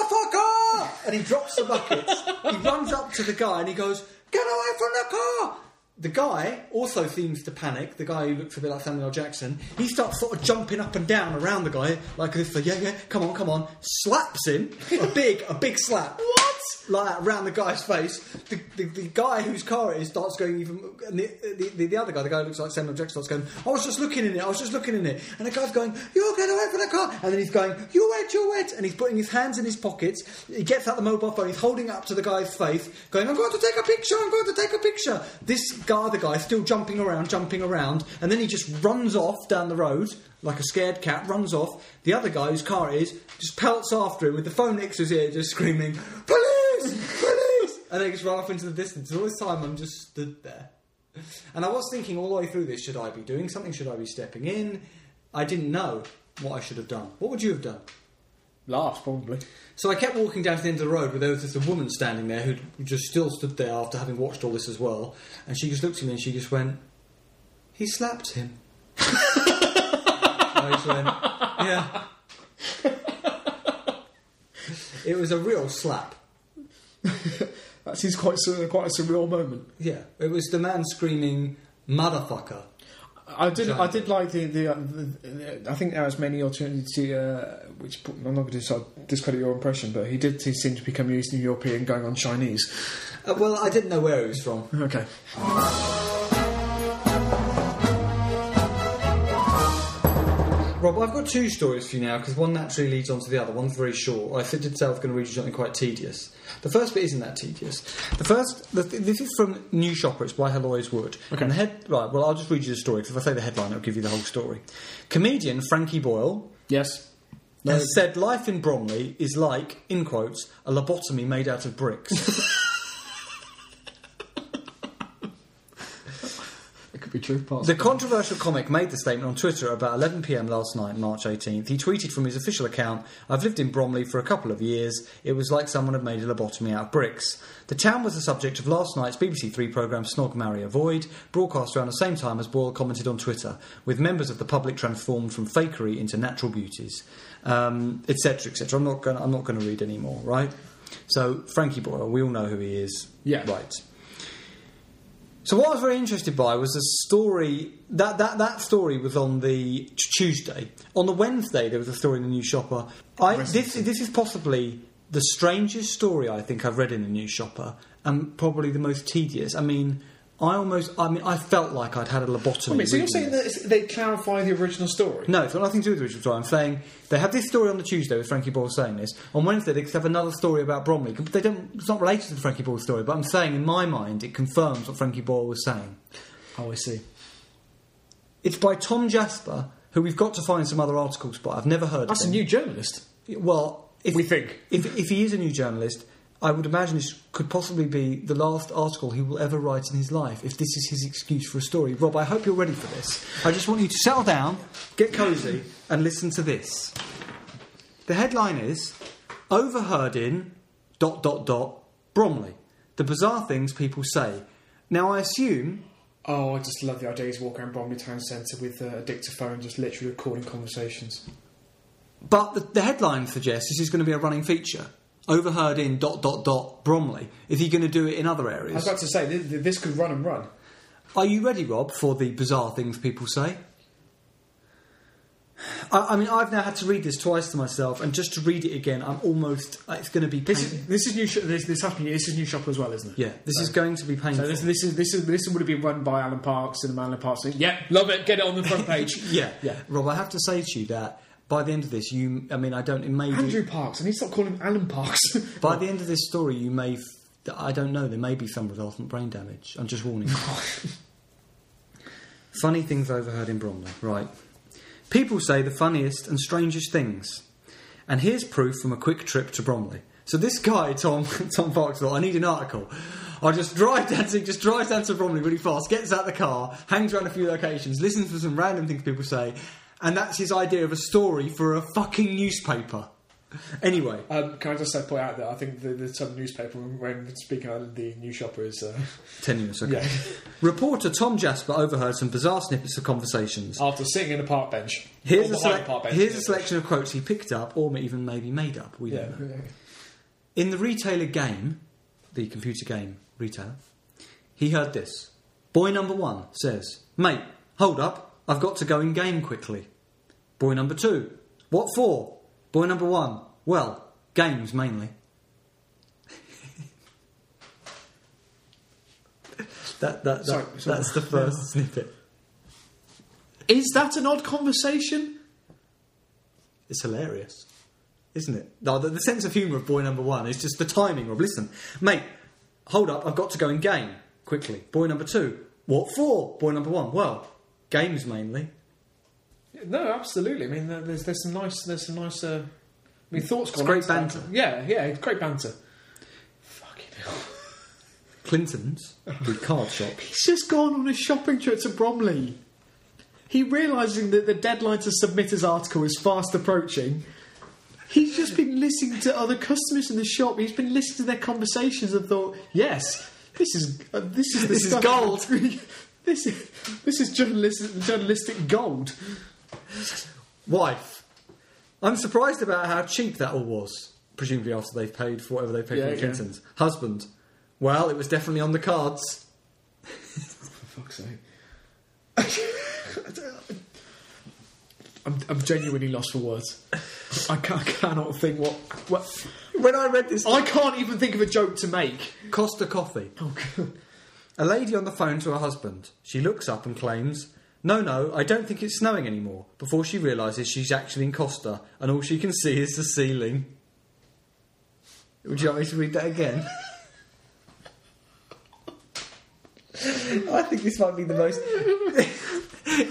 Speaker 1: motherfucker! And he drops the buckets. he runs up to the guy and he goes, Get away from the car! The guy also seems to panic. The guy who looks a bit like Samuel L. Jackson. He starts sort of jumping up and down around the guy like this. Like, yeah, yeah, come on, come on. Slaps him a big, a big slap. What? Like around the guy's face. The, the, the guy whose car it is starts going even. And the, the, the, the other guy, the guy who looks like Samuel L. Jackson, starts going. I was just looking in it. I was just looking in it. And the guy's going, "You get away from the car!" And then he's going, "You wet, you wet!" And he's putting his hands in his pockets. He gets out the mobile phone. He's holding it up to the guy's face, going, "I'm going to take a picture. I'm going to take a picture." This guy, the guy, still jumping around, jumping around, and then he just runs off down the road like a scared cat. Runs off. The other guy, whose car it is, just pelts after him with the phone next to his ear, just screaming, "Police! Police!" And they just run off into the distance. And all this time, I'm just stood there. And I was thinking all the way through this should I be doing something? Should I be stepping in? I didn't know what I should have done. What would you have done?
Speaker 2: Laughs, probably.
Speaker 1: So I kept walking down to the end of the road where there was this woman standing there who just still stood there after having watched all this as well. And she just looked at me and she just went, He slapped him. I just went, Yeah. it was a real slap.
Speaker 2: That seems quite, sur- quite a surreal moment.
Speaker 1: Yeah. It was the man screaming, Motherfucker.
Speaker 2: I did. I did like the. the, uh, the, the I think there was many opportunity. Uh, which I'm not going to sort of discredit your impression, but he did seem to become Eastern European, going on Chinese.
Speaker 1: Uh, well, I didn't know where it was from.
Speaker 2: Okay.
Speaker 1: Rob, I've got two stories for you now because one naturally leads on to the other. One's very short. I fit itself going to read you something quite tedious. The first bit isn't that tedious. The first, the th- this is from New Shopper. It's by Helloys Wood.
Speaker 2: Okay.
Speaker 1: And the head, right. Well, I'll just read you the story because if I say the headline, it'll give you the whole story. Comedian Frankie Boyle
Speaker 2: Yes.
Speaker 1: has said life in Bromley is like, in quotes, a lobotomy made out of bricks.
Speaker 2: It could be true.
Speaker 1: the controversial comic made the statement on Twitter about 11 p.m. last night, March 18th. He tweeted from his official account, "I've lived in Bromley for a couple of years. It was like someone had made a lobotomy out of bricks." The town was the subject of last night's BBC Three programme Snog Marry Avoid, broadcast around the same time as Boyle commented on Twitter, with members of the public transformed from fakery into natural beauties, um, etc., etc. I'm not going. I'm not going to read any more. Right. So Frankie Boyle, we all know who he is.
Speaker 2: Yeah.
Speaker 1: Right. So what I was very interested by was the story that, that that story was on the t- Tuesday. On the Wednesday, there was a story in the New Shopper. I, this this is possibly the strangest story I think I've read in the New Shopper, and probably the most tedious. I mean, I almost I mean I felt like I'd had a lobotomy.
Speaker 2: so you're
Speaker 1: reading
Speaker 2: saying
Speaker 1: it.
Speaker 2: that it's- they clarify the original story?
Speaker 1: No, it's got nothing to do with the original story. I'm saying they have this story on the Tuesday with Frankie Boyle saying this. On Wednesday, they have another story about Bromley. They don't. It's not related to the Frankie Boyle story, but I'm saying in my mind it confirms what Frankie Boyle was saying.
Speaker 2: Oh, I see.
Speaker 1: It's by Tom Jasper, who we've got to find some other articles by. I've never heard
Speaker 2: That's
Speaker 1: of
Speaker 2: a
Speaker 1: him.
Speaker 2: new journalist.
Speaker 1: well, if,
Speaker 2: We think.
Speaker 1: if, if he is a new journalist, I would imagine this could possibly be the last article he will ever write in his life if this is his excuse for a story. Rob, I hope you're ready for this. I just want you to settle down, get cosy, and listen to this. The headline is Overheard in dot dot dot Bromley. The bizarre things people say. Now I assume
Speaker 2: Oh, I just love the idea. He's walking around Bromley Town Centre with uh, a dictaphone, just literally recording conversations.
Speaker 1: But the, the headline suggests this is going to be a running feature. Overheard in dot dot dot Bromley. Is he going to do it in other
Speaker 2: I was
Speaker 1: areas?
Speaker 2: about to say th- th- this could run and run.
Speaker 1: Are you ready, Rob, for the bizarre things people say? I, I mean, I've now had to read this twice to myself, and just to read it again, I'm almost. uh, It's going to be. Pain-
Speaker 2: This is this is new. Sh- this this happened. This is new shopper as well, isn't it?
Speaker 1: yeah, this is going to be painful.
Speaker 2: So this, this is this is this would have been run by Alan Parks and the Alan Parks. Said, yeah, love it. Get it on the front page.
Speaker 1: yeah,
Speaker 2: yeah.
Speaker 1: Rob, I have to say to you that by the end of this, you. I mean, I don't. It may be-
Speaker 2: Andrew Parks. I need to stop calling him Alan Parks.
Speaker 1: By the end of this story, you may. F- th- I don't know, there may be some resultant brain damage. I'm just warning you. Funny things overheard in Bromley. Right. People say the funniest and strangest things. And here's proof from a quick trip to Bromley. So this guy, Tom Tom Parks, thought, I need an article. I just drive down to just drives down to Bromley really fast, gets out the car, hangs around a few locations, listens to some random things people say, and that's his idea of a story for a fucking newspaper. Anyway,
Speaker 2: um, can I just say, point out that I think the, the term newspaper when speaking out of the new shopper is uh,
Speaker 1: tenuous. Okay.
Speaker 2: yeah.
Speaker 1: Reporter Tom Jasper overheard some bizarre snippets of conversations.
Speaker 2: after sitting in a park bench.
Speaker 1: Here's,
Speaker 2: Or
Speaker 1: a,
Speaker 2: behind
Speaker 1: selec-
Speaker 2: park bench.
Speaker 1: here's a selection of quotes he picked up, or even maybe made up. We
Speaker 2: Yeah.
Speaker 1: don't know. In the retailer game, the computer game retailer, he heard this. Boy number one says, Mate, hold up, I've got to go in game quickly. Boy number two, What for? Boy number one, Well, games mainly. that, that, that,
Speaker 2: Sorry, sorry.
Speaker 1: That's the first snippet.
Speaker 2: Is that an odd conversation?
Speaker 1: It's hilarious, isn't it? No, the, the sense of humour of boy number one is just the timing of listen, mate, hold up, I've got to go and game quickly. Boy number two, what for? Boy number one, well, games mainly.
Speaker 2: No, absolutely. I mean, there- there's there's some nice there's some nice. Uh, I mean, thoughts.
Speaker 1: It's
Speaker 2: gone
Speaker 1: great
Speaker 2: into that.
Speaker 1: banter.
Speaker 2: Yeah, yeah, it's great banter. Fucking hell.
Speaker 1: Clinton's, the card shop.
Speaker 2: He's just gone on a shopping trip to Bromley. He realising that the deadline to submit his article is fast approaching. He's just been listening to other customers in the shop. He's been listening to their conversations and thought, "Yes, this is uh, this is the
Speaker 1: This is
Speaker 2: stuff-
Speaker 1: gold."
Speaker 2: this is this is journalistic, journalistic gold."
Speaker 1: Wife, I'm surprised about how cheap that all was, presumably after they've paid for whatever they paid
Speaker 2: Yeah,
Speaker 1: for the
Speaker 2: yeah.
Speaker 1: Clinton's. Husband, well, it was definitely on the cards.
Speaker 2: For fuck's sake! I'm, I'm genuinely lost for words. I, ca- I cannot think what, what.
Speaker 1: When I read this,
Speaker 2: I can't even think of a joke to make.
Speaker 1: Costa Coffee.
Speaker 2: Oh, God.
Speaker 1: A lady on the phone to her husband. She looks up and claims, No, no, I don't think it's snowing anymore, before she realises she's actually in Costa and all she can see is the ceiling. Would you like me to read that again? I think this might be the most.
Speaker 2: I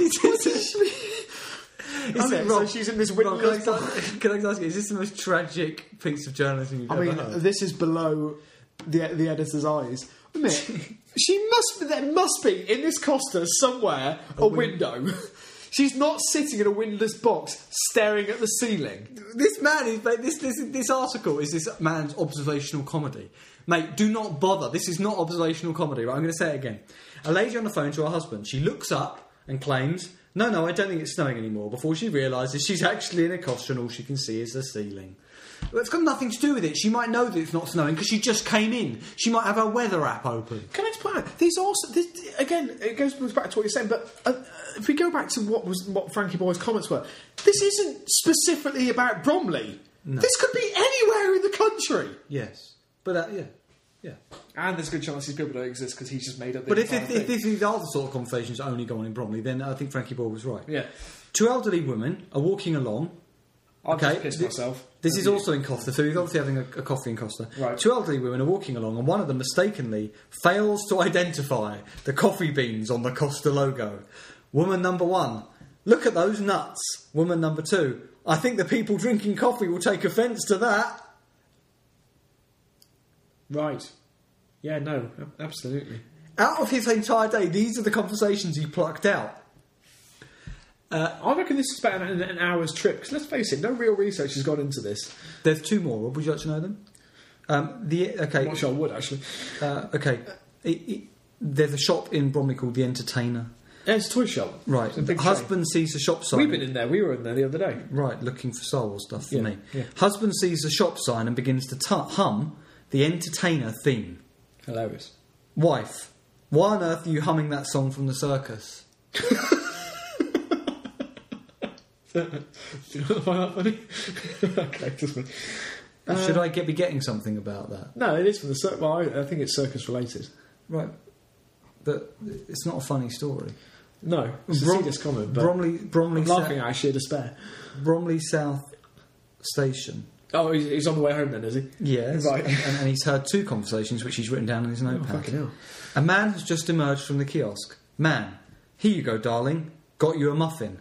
Speaker 1: Is
Speaker 2: mean,
Speaker 1: it,
Speaker 2: so
Speaker 1: Rob-
Speaker 2: she's in this
Speaker 1: Rob, can, I
Speaker 2: windowless.
Speaker 1: just ask, can I just ask you, is this the most tragic piece of journalism you've
Speaker 2: I
Speaker 1: ever
Speaker 2: mean,
Speaker 1: heard?
Speaker 2: this is below the the editor's eyes. I mean, she must be, there must be in this Costa somewhere a, window. She's not sitting in a windowless box staring at the ceiling.
Speaker 1: This man is mate, this, this this article is this man's observational comedy. Mate, do not bother. This is not observational comedy. Right, I'm going to say it again. A lady on the phone to her husband. She looks up and claims, "No, no, I don't think it's snowing anymore." Before she realises she's actually in a costume, and all she can see is the ceiling. Well, it's got nothing to do with it. She might know that it's not snowing because she just came in. She might have her weather app open.
Speaker 2: Can I just point out these also this, again? It goes back to what you're saying, but uh, uh, if we go back to what was what Frankie Boy's comments were, this isn't specifically about Bromley. This could be anywhere in the country.
Speaker 1: Yes, but uh, yeah, yeah.
Speaker 2: And there's good chances people don't exist because he's just made up. The
Speaker 1: But if,
Speaker 2: entire
Speaker 1: if, if
Speaker 2: thing.
Speaker 1: these are the sort of conversations that only go on in Bromley, then I think Frankie Boyle was right.
Speaker 2: Yeah.
Speaker 1: Two elderly women are walking along.
Speaker 2: I'll
Speaker 1: okay,
Speaker 2: just piss
Speaker 1: thi-
Speaker 2: myself.
Speaker 1: This is also in Costa, so he's obviously having a, a coffee in Costa.
Speaker 2: Right.
Speaker 1: Two elderly women are walking along, and one of them mistakenly fails to identify the coffee beans on the Costa logo. Woman number one, look at those nuts. Woman number two, I think the people drinking coffee will take offence to that.
Speaker 2: Right. Yeah, no, a- absolutely.
Speaker 1: Out of his entire day, these are the conversations he plucked out.
Speaker 2: I reckon this is about an, an hour's trip, because let's face it, no real research has gone into this.
Speaker 1: There's two more. Rob, Would you like to know them? Um, the okay.
Speaker 2: I'm not sure I would, actually.
Speaker 1: Uh, okay. It, it, there's a shop in Bromley called The Entertainer.
Speaker 2: Yeah, it's a toy shop.
Speaker 1: Right.
Speaker 2: It's a big
Speaker 1: Husband sees a shop sign.
Speaker 2: We've been in there, we were in there the other day.
Speaker 1: Right, looking for soul stuff for
Speaker 2: Yeah,
Speaker 1: me.
Speaker 2: yeah.
Speaker 1: Husband sees a shop sign and begins to tu- hum the Entertainer theme.
Speaker 2: Hilarious.
Speaker 1: Wife, why on earth are you humming that song from the circus?
Speaker 2: Do you not find that funny? okay, just me.
Speaker 1: Should I get, be getting something about that?
Speaker 2: No, it is from the circus. Well, I, I think it's circus related.
Speaker 1: Right. But it's not a funny story.
Speaker 2: No, it's
Speaker 1: Brom-
Speaker 2: a serious comment, but
Speaker 1: Bromley, Bromley,
Speaker 2: I'm laughing
Speaker 1: South,
Speaker 2: at our sheer despair.
Speaker 1: Bromley South Station.
Speaker 2: Oh, he's, he's on the way home then, is he?
Speaker 1: Yes.
Speaker 2: Right. Oh,
Speaker 1: And, and he's heard two conversations which he's written down in his notepad.
Speaker 2: fucking hell.
Speaker 1: A man has just emerged from the kiosk. Man, here you go, darling. Got you a muffin.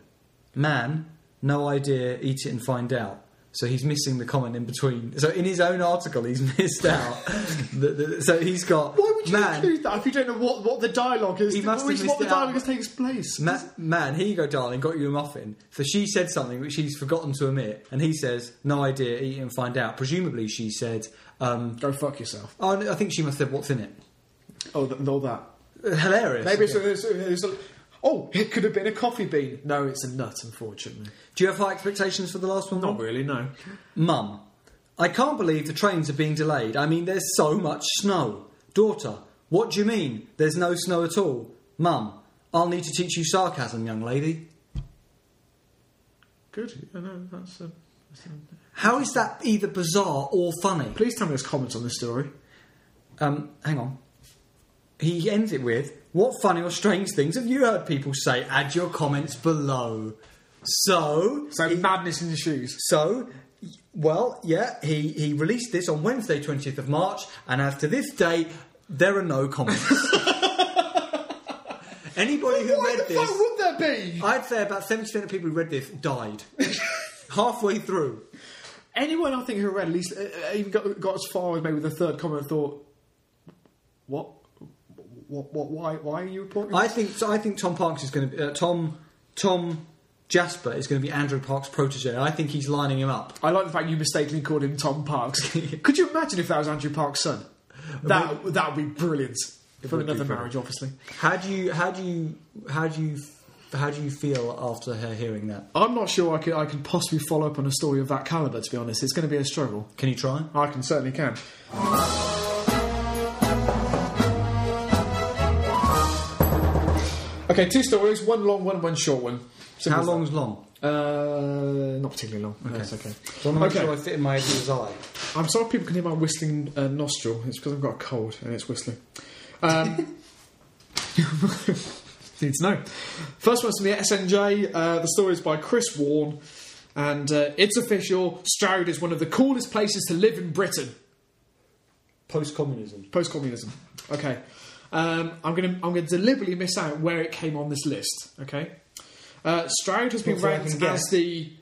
Speaker 1: Man, no idea, eat it and find out. So he's missing the comment in between. So in his own article, he's missed out. the, the, so he's got.
Speaker 2: Why would you
Speaker 1: man,
Speaker 2: include that if you don't know what, what the dialogue is?
Speaker 1: He must
Speaker 2: what,
Speaker 1: have
Speaker 2: is- what
Speaker 1: missed
Speaker 2: the
Speaker 1: it
Speaker 2: dialogue
Speaker 1: out.
Speaker 2: is takes place.
Speaker 1: Ma- man, here you go, darling, got you a muffin. So she said something which he's forgotten to admit, and he says, no idea, eat it and find out. Presumably, she said, um,
Speaker 2: Go fuck yourself.
Speaker 1: oh, I think she must have said, what's in it?
Speaker 2: Oh, th- all that.
Speaker 1: Hilarious.
Speaker 2: Maybe it's, it's, it's, oh, it could have been a coffee bean. No, it's a nut, unfortunately.
Speaker 1: Do you have high expectations for the last one?
Speaker 2: Not really, no.
Speaker 1: Mum, I can't believe the trains are being delayed. I mean, there's so much snow. Daughter, what do you mean? There's no snow at all. Mum, I'll need to teach you sarcasm, young lady.
Speaker 2: Good. I know that's. Uh,
Speaker 1: How is that either bizarre or funny?
Speaker 2: please tell me there's comments on this story.
Speaker 1: Um, hang on. He ends it with, "What funny or strange things have you heard people say? Add your comments below." So,
Speaker 2: So madness in the shoes.
Speaker 1: So, y- well, yeah, he, he released this on Wednesday, 20th of March, and as to this date, there are no comments. Anybody who
Speaker 2: Why
Speaker 1: read
Speaker 2: the fuck
Speaker 1: this,
Speaker 2: would there be?
Speaker 1: I'd say about 70% of people who read this died. Halfway through.
Speaker 2: Anyone I think who read at least uh, uh, even got, got as far as maybe the third comment and thought, what, what, what, why, why are you reporting?
Speaker 1: I think so I think Tom Parks is going to uh, Tom Tom Jasper is going to be Andrew Parks' protege. I think he's lining him up.
Speaker 2: I like the fact you mistakenly called him Tom Parks. Could you imagine if that was Andrew Parks' son? That that would be brilliant. From
Speaker 1: would be
Speaker 2: another
Speaker 1: brilliant.
Speaker 2: marriage, obviously.
Speaker 1: How do you how do you how do you how do you feel after her hearing that?
Speaker 2: I'm not sure I could I can possibly follow up on a story of that caliber. To be honest, it's going to be a struggle.
Speaker 1: Can you try?
Speaker 2: I can certainly can. Okay, two stories, one long one, one short one. Simple
Speaker 3: How
Speaker 2: as that.
Speaker 3: long's long?
Speaker 2: Uh, not particularly long.
Speaker 3: Okay.
Speaker 2: That's okay.
Speaker 1: So I want to make
Speaker 2: Okay.
Speaker 1: sure I fit in my editor's eye.
Speaker 2: I'm sorry people can hear my whistling uh, nostril. It's because I've got a cold and it's whistling. Um, need to know. First one's from the SNJ. Uh, the story is by Chris Warren. And uh, it's official. Stroud is one of the coolest places to live in Britain.
Speaker 1: Post-communism.
Speaker 2: Post communism. Okay. Um, I'm going to I'm gonna deliberately miss out where it came on this list. Okay. Uh, Stroud has been
Speaker 1: Hopefully I
Speaker 2: ranked
Speaker 1: can guess.
Speaker 2: as the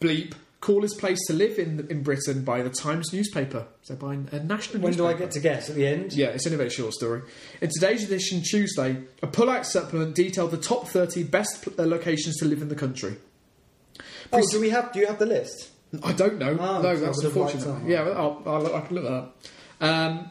Speaker 2: bleep coolest place to live in in Britain by the Times newspaper. So by a national.
Speaker 1: When do I
Speaker 2: newspaper.
Speaker 1: get to guess? At the end?
Speaker 2: Yeah, it's only a very short story. In today's edition, Tuesday, a pull-out supplement detailed the top 30 best pl- uh, locations to live in the country.
Speaker 1: Oh, do we have? Do you have the list?
Speaker 2: I don't know.
Speaker 1: Ah,
Speaker 2: no,
Speaker 1: so
Speaker 2: that's
Speaker 1: I would've liked
Speaker 2: unfortunate.
Speaker 1: that.
Speaker 2: Yeah, well, I'll, I'll, I can look that up. Um,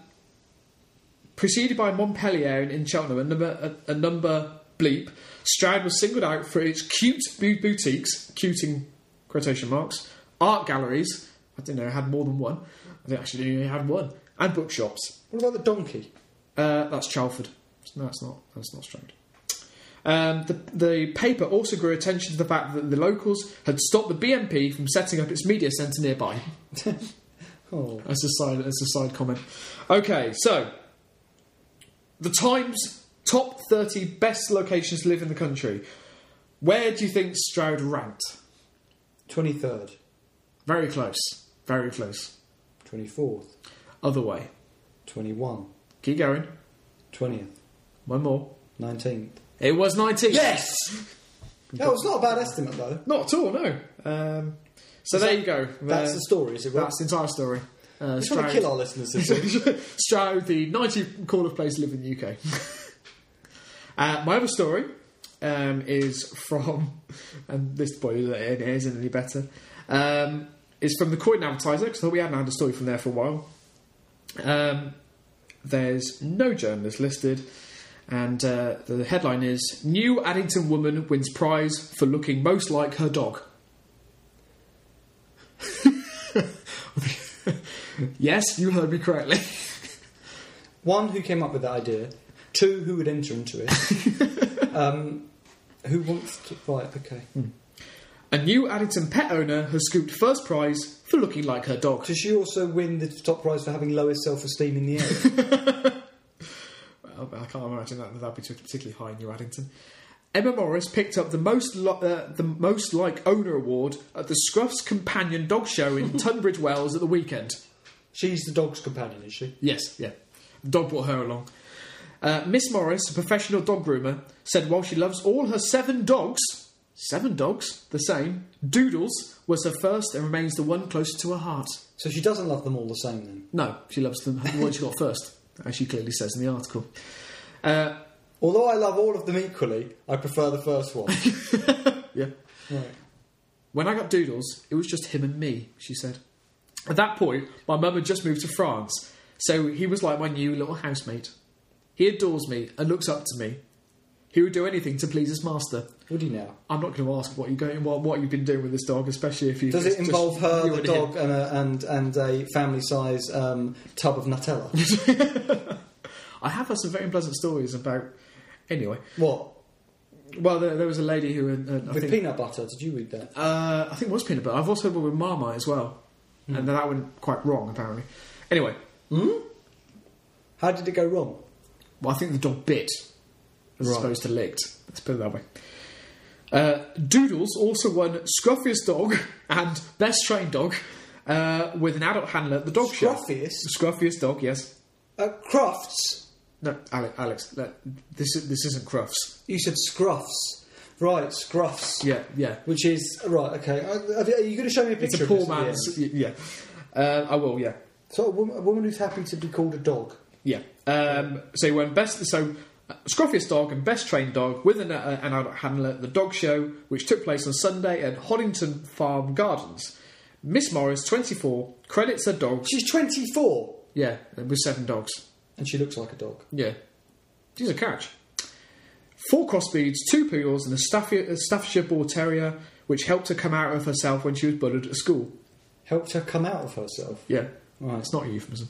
Speaker 2: preceded by Montpellier in, in Cheltenham, a number, a, a number bleep, Stroud was singled out for its cute bu- boutiques, cuting quotation marks, art galleries. I didn't know it had more than one. I think actually it had one, and bookshops.
Speaker 1: What about the donkey?
Speaker 2: Uh, that's Chalford. No, that's not. That's not Stroud. Um, the, the paper also grew attention to the fact that the locals had stopped the BNP from setting up its media centre nearby.
Speaker 1: Oh,
Speaker 2: As a side, as a side comment. Okay, so the Times top thirty best locations to live in the country. Where do you think Stroud ranked?
Speaker 1: 23rd,
Speaker 2: Very close. Very close.
Speaker 1: 24th,
Speaker 2: Other way.
Speaker 1: 21,
Speaker 2: Keep going.
Speaker 1: 20th,
Speaker 2: One more.
Speaker 1: 19th.
Speaker 2: It was nineteen.
Speaker 1: Yes! That was not a bad estimate, though.
Speaker 2: Not at all. No. Um, so
Speaker 1: Is
Speaker 2: there
Speaker 1: that-
Speaker 2: you go.
Speaker 1: That's
Speaker 2: Uh,
Speaker 1: the story, is it? Rob?
Speaker 2: That's the entire story. Uh,
Speaker 1: Just want to
Speaker 2: Stroud,
Speaker 1: kill our listeners. This week.
Speaker 2: Stroud, the 90 coolest place to live in the UK. uh, my other story um, is from, and this boy it isn't any better, um, is from the Croydon Advertiser, because we hadn't had a story from there for a while. Um, there's no journalist listed, and uh, the headline is New Addington Woman Wins Prize for Looking Most Like Her Dog. yes, you heard me correctly.
Speaker 1: One, who came up with that idea? Two, who would enter into it? um, who wants to. Right, okay.
Speaker 2: Hmm. A new Addington pet owner has scooped first prize for looking like her dog.
Speaker 1: Does she also win the top prize for having lowest self esteem in the area?
Speaker 2: Well, I can't imagine that that'd be too- particularly high in New Addington. Emma Morris picked up the most lo- uh, the most like owner award at the Scruff's Companion Dog Show in Tunbridge Wells at the weekend.
Speaker 1: She's the dog's companion, is she?
Speaker 2: Yes, yeah. The dog brought her along. Uh, Miss Morris, a professional dog groomer, said while she loves all her seven dogs, seven dogs, the same, Doodles was her first and remains the one closest to her heart.
Speaker 1: So she doesn't love them all the same then.
Speaker 2: No, she loves them what she got first, as she clearly says in the article. Uh,
Speaker 1: Although I love all of them equally, I prefer the first one.
Speaker 2: yeah.
Speaker 1: Right.
Speaker 2: When I got Doodles, it was just him and me, she said. At that point, my mum had just moved to France, so he was like my new little housemate. He adores me and looks up to me. He would do anything to please his master.
Speaker 1: Would he now?
Speaker 2: I'm not going to ask what you going, what, what you've been doing with this dog, especially if you.
Speaker 1: Does it
Speaker 2: it's just
Speaker 1: involve her,
Speaker 2: you
Speaker 1: the
Speaker 2: and him.
Speaker 1: dog, and a, and, and a family size um, tub of Nutella?
Speaker 2: I have had some very unpleasant stories about. Anyway,
Speaker 1: what?
Speaker 2: well, there, there was a lady who, uh, I
Speaker 1: With
Speaker 2: think,
Speaker 1: peanut butter? Did you read that?
Speaker 2: Uh, I think it was peanut butter. I've also had one with Marmite as well,
Speaker 1: Hmm.
Speaker 2: and that went quite wrong apparently. Anyway,
Speaker 1: How did it go wrong?
Speaker 2: well, I think the dog bit as
Speaker 1: Right.
Speaker 2: opposed to licked. Let's put it that way. Uh, Doodles also won Scruffiest Dog and Best Trained Dog uh, with an adult handler at the dog
Speaker 1: Scruffiest?
Speaker 2: show. Scruffiest dog, yes.
Speaker 1: At Uh, Crufts?
Speaker 2: No, Alex, Alex no, this is- this isn't Crufts.
Speaker 1: You said Scruffs. Right, Scruffs.
Speaker 2: Yeah, yeah.
Speaker 1: Which is. Right, okay. Uh, Are you going to show me a
Speaker 2: It's
Speaker 1: picture
Speaker 2: a
Speaker 1: of
Speaker 2: poor
Speaker 1: this at the
Speaker 2: man's.
Speaker 1: end?
Speaker 2: y- Yeah, uh, I will. Yeah.
Speaker 1: So a woman, a woman who's happy to be called a dog.
Speaker 2: Yeah. Um, so when best, so uh, scruffiest dog and best trained dog with an, uh, an adult handler at the dog show, which took place on Sunday at Hoddington Farm Gardens. Miss Morris, 24, credits her dogs.
Speaker 1: She's 24
Speaker 2: Yeah, with seven dogs.
Speaker 1: and she looks like a dog.
Speaker 2: Yeah. She's a catch. Four crossbreeds, two poodles, and a, Staffy- a Staffordshire Bull Terrier, which helped her come out of herself when she was bullied at school.
Speaker 1: Helped her come out of herself.
Speaker 2: Yeah.
Speaker 1: Right.
Speaker 2: It's not a euphemism.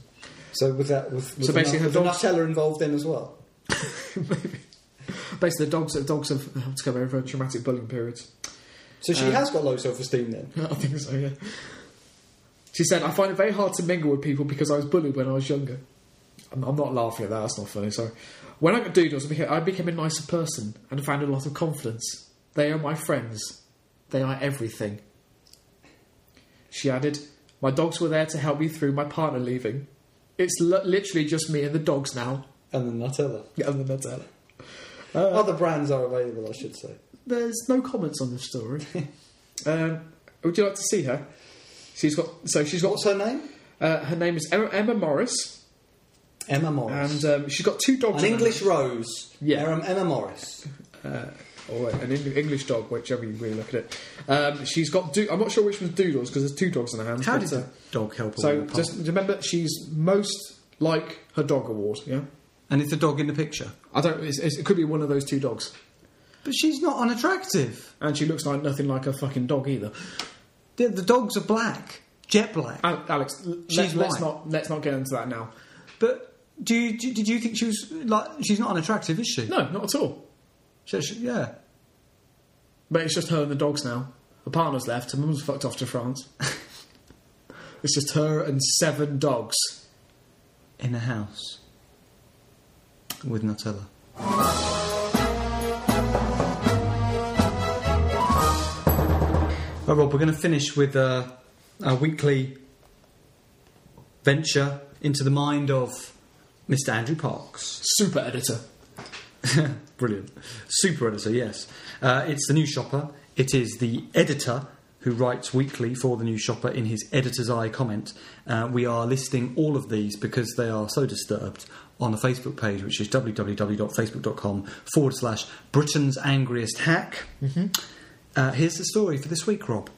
Speaker 1: So with that, with, with
Speaker 2: So basically
Speaker 1: the,
Speaker 2: her
Speaker 1: nut- with the
Speaker 2: dog's-
Speaker 1: Nutella involved in as well.
Speaker 2: Basically, the dogs dogs have helped cover over traumatic bullying periods.
Speaker 1: So she
Speaker 2: Uh,
Speaker 1: has got low self esteem then.
Speaker 2: I think so. Yeah. She said, "I find it very hard to mingle with people because I was bullied when I was younger." I'm, I'm not laughing at that. That's not funny. Sorry. When I got doodles, I became, I became a nicer person and found a lot of confidence. They are my friends. They are everything. She added, "My dogs were there to help me through my partner leaving. It's li- literally just me and the dogs now."
Speaker 1: And the Nutella.
Speaker 2: Yeah, and the Nutella.
Speaker 1: Other brands are available, I should say.
Speaker 2: There's no comments on this story. um, would you like to see her? She's got so she's got
Speaker 1: What's her name?
Speaker 2: uh, her name is Emma, Emma Morris,
Speaker 1: Emma Morris.
Speaker 2: and um, she's got two dogs.
Speaker 1: An
Speaker 2: in her
Speaker 1: English rose.
Speaker 2: Yeah.
Speaker 1: Um, Emma Morris.
Speaker 2: or Oh, an Eng- English dog, whichever you really look at it. Um, she's got. Do- I'm not sure which one's Doodles because there's two dogs in her hand.
Speaker 3: How
Speaker 2: but,
Speaker 3: did
Speaker 2: uh,
Speaker 3: the dog help?
Speaker 2: so
Speaker 3: along the path?
Speaker 2: just remember, she's most like her dog award. Yeah,
Speaker 3: and it's the dog in the picture.
Speaker 2: I don't. It's, it's, it could be one of those two dogs,
Speaker 3: But she's not unattractive.
Speaker 2: and she looks like nothing like a fucking dog either.
Speaker 3: The, the dogs are black, jet black.
Speaker 2: Al- Alex, l-
Speaker 3: She's
Speaker 2: let, us
Speaker 3: white.
Speaker 2: not let's not get into that now.
Speaker 3: but do you, do, did you think she was like? She's not unattractive, is she?
Speaker 2: No, not at all.
Speaker 3: She- she- yeah.
Speaker 2: But it's just her and the dogs now. Her partner's left. Her mum's fucked off to France. it's just her and seven dogs.
Speaker 3: In a house with Nutella.
Speaker 1: Right, Rob, we're going to finish with uh, a weekly venture into the mind of Mr. Andrew Parks.
Speaker 2: Super editor.
Speaker 1: Brilliant. Super editor, yes. Uh, it's the New Shopper. It is the editor who writes weekly for the New Shopper in his editor's eye comment. Uh, we are listing all of these because they are so disturbed on the Facebook page, which is www.facebook.com forward slash Britain's Angriest Hack. Uh, here's the story for this week, Rob.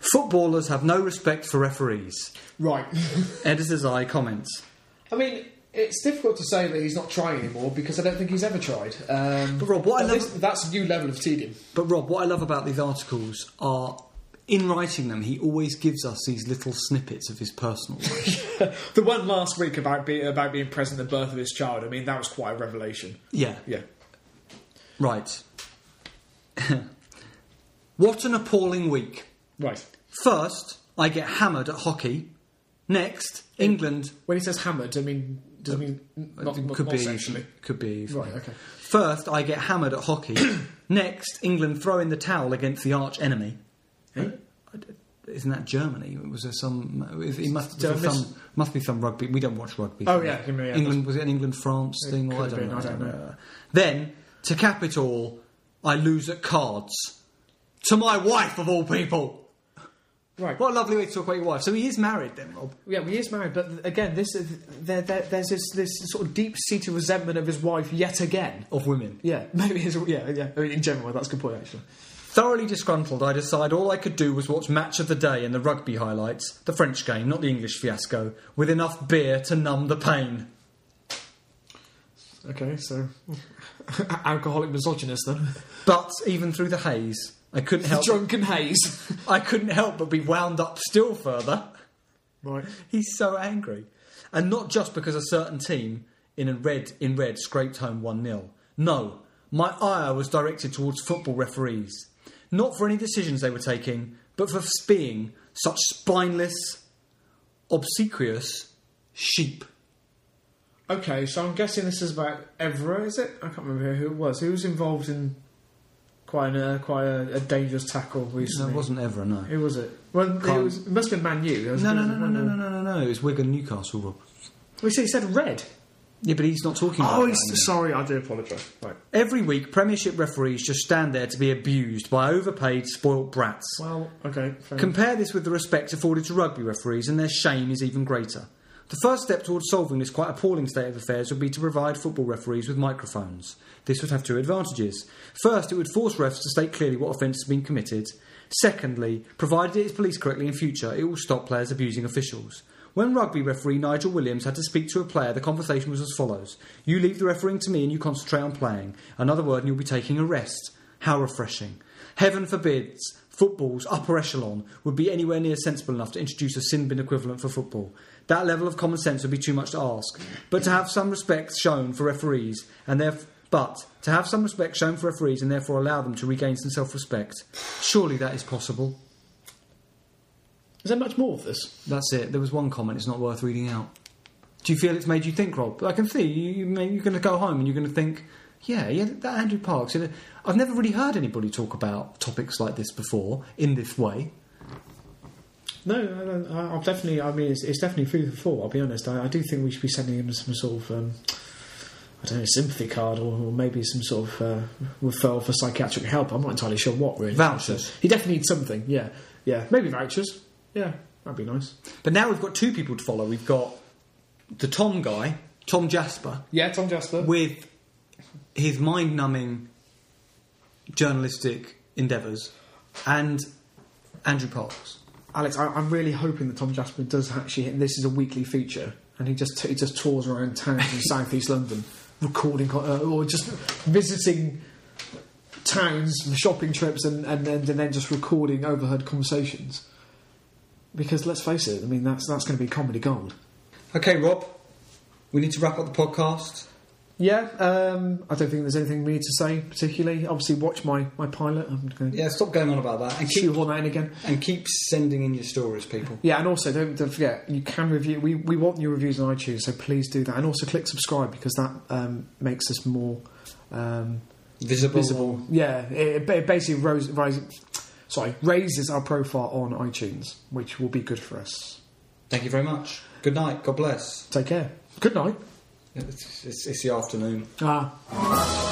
Speaker 1: Footballers have no respect for referees.
Speaker 2: Right.
Speaker 1: Editor's eye comments.
Speaker 2: I mean, it's difficult to say that he's not trying anymore because I don't think he's ever tried. Um,
Speaker 1: But Rob, what I
Speaker 2: this-
Speaker 1: love-
Speaker 2: that's a new level of tedium.
Speaker 1: But Rob, what I love about these articles are in writing them, he always gives us these little snippets of his personal life.
Speaker 2: The one last week about be, about being present at the birth of his child. I mean, that was quite a revelation.
Speaker 1: yeah,
Speaker 2: Yeah.
Speaker 1: right. what an appalling week.
Speaker 2: Right.
Speaker 1: First, I get hammered at hockey. Next, England.
Speaker 2: When he says hammered, I mean does it mean n- not, not,
Speaker 1: could
Speaker 2: not
Speaker 1: be
Speaker 2: sexually?
Speaker 1: could be
Speaker 2: Right. Okay.
Speaker 1: First, I get hammered at hockey. Next, England throw in the towel against the arch enemy.
Speaker 2: Eh?
Speaker 1: Isn't that Germany? Was there some? It must,
Speaker 2: Did I
Speaker 1: some
Speaker 2: miss-
Speaker 1: must be some rugby. We don't watch rugby.
Speaker 2: Oh, yeah, yeah, yeah.
Speaker 1: England was it an England France
Speaker 2: It
Speaker 1: thing?
Speaker 2: could
Speaker 1: Or I
Speaker 2: have
Speaker 1: don't,
Speaker 2: been,
Speaker 1: know,
Speaker 2: I don't know.
Speaker 1: Then to cap it all, I lose at cards to my wife of all people.
Speaker 2: Right.
Speaker 1: What a lovely way to talk about your wife. So he is married then, Rob.
Speaker 2: Yeah, well, he is married, but th- again, this is- there, there, there's this, this sort of deep-seated resentment of his wife yet again.
Speaker 1: Of women.
Speaker 2: Yeah, maybe his, yeah, yeah. I mean, in general, that's a good point actually.
Speaker 1: Thoroughly disgruntled, I decide all I could do was watch match of the day and the rugby highlights, the French game, not the English fiasco, with enough beer to numb the pain.
Speaker 2: Okay, so alcoholic misogynist then,
Speaker 1: But even through the haze, I couldn't help
Speaker 2: drunken haze.
Speaker 1: I couldn't help but be wound up still further.
Speaker 2: right.
Speaker 1: He's so angry. And not just because a certain team in a red in red scraped home 1-0. No, my ire was directed towards football referees. Not for any decisions they were taking, but for being such spineless, obsequious sheep.
Speaker 2: Okay, so I'm guessing this is about Evra, is it? I can't remember who it was. Who was involved in quite a quite a, a dangerous tackle
Speaker 1: No,
Speaker 2: recently?
Speaker 1: it wasn't ever, no.
Speaker 2: Who was it? Well, it,
Speaker 1: Can't-
Speaker 2: was, it must have been Man U. There was-
Speaker 1: No, no,
Speaker 2: there
Speaker 1: no,
Speaker 2: was
Speaker 1: no,
Speaker 2: one-
Speaker 1: no, no, no, no, no. It was Wigan Newcastle, Rob.
Speaker 2: Well, see, he said red.
Speaker 1: Yeah, but he's not talking about
Speaker 2: Oh,
Speaker 1: that
Speaker 2: he's,
Speaker 1: anymore.
Speaker 2: sorry, I do apologise. Right.
Speaker 1: Every week, Premiership referees just stand there to be abused by overpaid, spoilt brats.
Speaker 2: Well, okay. Fair enough.
Speaker 1: Compare this with the respect afforded to rugby referees, and their shame is even greater. The first step towards solving this quite appalling state of affairs would be to provide football referees with microphones. This would have two advantages. First, it would force refs to state clearly what offence has been committed. Secondly, provided it is policed correctly in future, it will stop players abusing officials. When rugby referee Nigel Williams had to speak to a player, the conversation was as follows You leave the refereeing to me and you concentrate on playing. Another word and you'll be taking a rest. How refreshing. Heaven forbids football's upper echelon would be anywhere near sensible enough to introduce a sin bin equivalent for football. That level of common sense would be too much to ask. But to have some respect shown for referees and their But to have some respect shown for referees and therefore allow them to regain some self respect, surely that is possible.
Speaker 2: Is there much more of this?
Speaker 1: That's it. There was one comment. It's not worth reading out. Do you feel it's made you think, Rob? I can see you, you may, you're going to go home and you're going to think, yeah, yeah, that Andrew Parks. you know, I've never really heard anybody talk about topics like this before in this way.
Speaker 2: No, I don't, I, I'm definitely. I mean, it's, it's definitely food for thought. I'll be honest. I, I do think we should be sending him some sort of. Um, I don't know, sympathy card or, or maybe some sort of uh, referral for psychiatric help. I'm not entirely sure what, really.
Speaker 1: Vouchers.
Speaker 2: He definitely needs something, yeah. Yeah. Maybe vouchers. Yeah, that'd be nice.
Speaker 1: But now we've got two people to follow. We've got the Tom guy, Tom Jasper,
Speaker 2: Yeah, Tom Jasper.
Speaker 1: with his mind numbing journalistic endeavours, and Andrew Parks.
Speaker 2: Alex, I, I'm really hoping that Tom Jasper does actually. And this is a weekly feature, and he just he just tours around towns in southeast London, recording co- uh, or just visiting towns, shopping trips, and and, then and then just recording overheard conversations. Because let's face it, I mean that's that's going to be comedy gold.
Speaker 4: Okay, Rob, we need to wrap up the podcast.
Speaker 2: Yeah, um, I don't think there's anything we need to say particularly. Obviously, watch my my pilot. I'm going to
Speaker 4: Yeah, stop going on about that and keep
Speaker 2: shoehorn that in again.
Speaker 4: and keep sending in your stories, people.
Speaker 2: Yeah, and also don't, don't forget you can review. We, we want your reviews on iTunes, so please do that, and also click subscribe because that um, makes us more um,
Speaker 4: Visible.
Speaker 2: visible. Yeah, it, it ba- it basically rose, rise, sorry raises our profile on iTunes, which will be good for us.
Speaker 4: Thank you very much. Good night. God bless.
Speaker 2: Take care. Good night.
Speaker 4: It's, it's, it's the afternoon.
Speaker 2: Ah.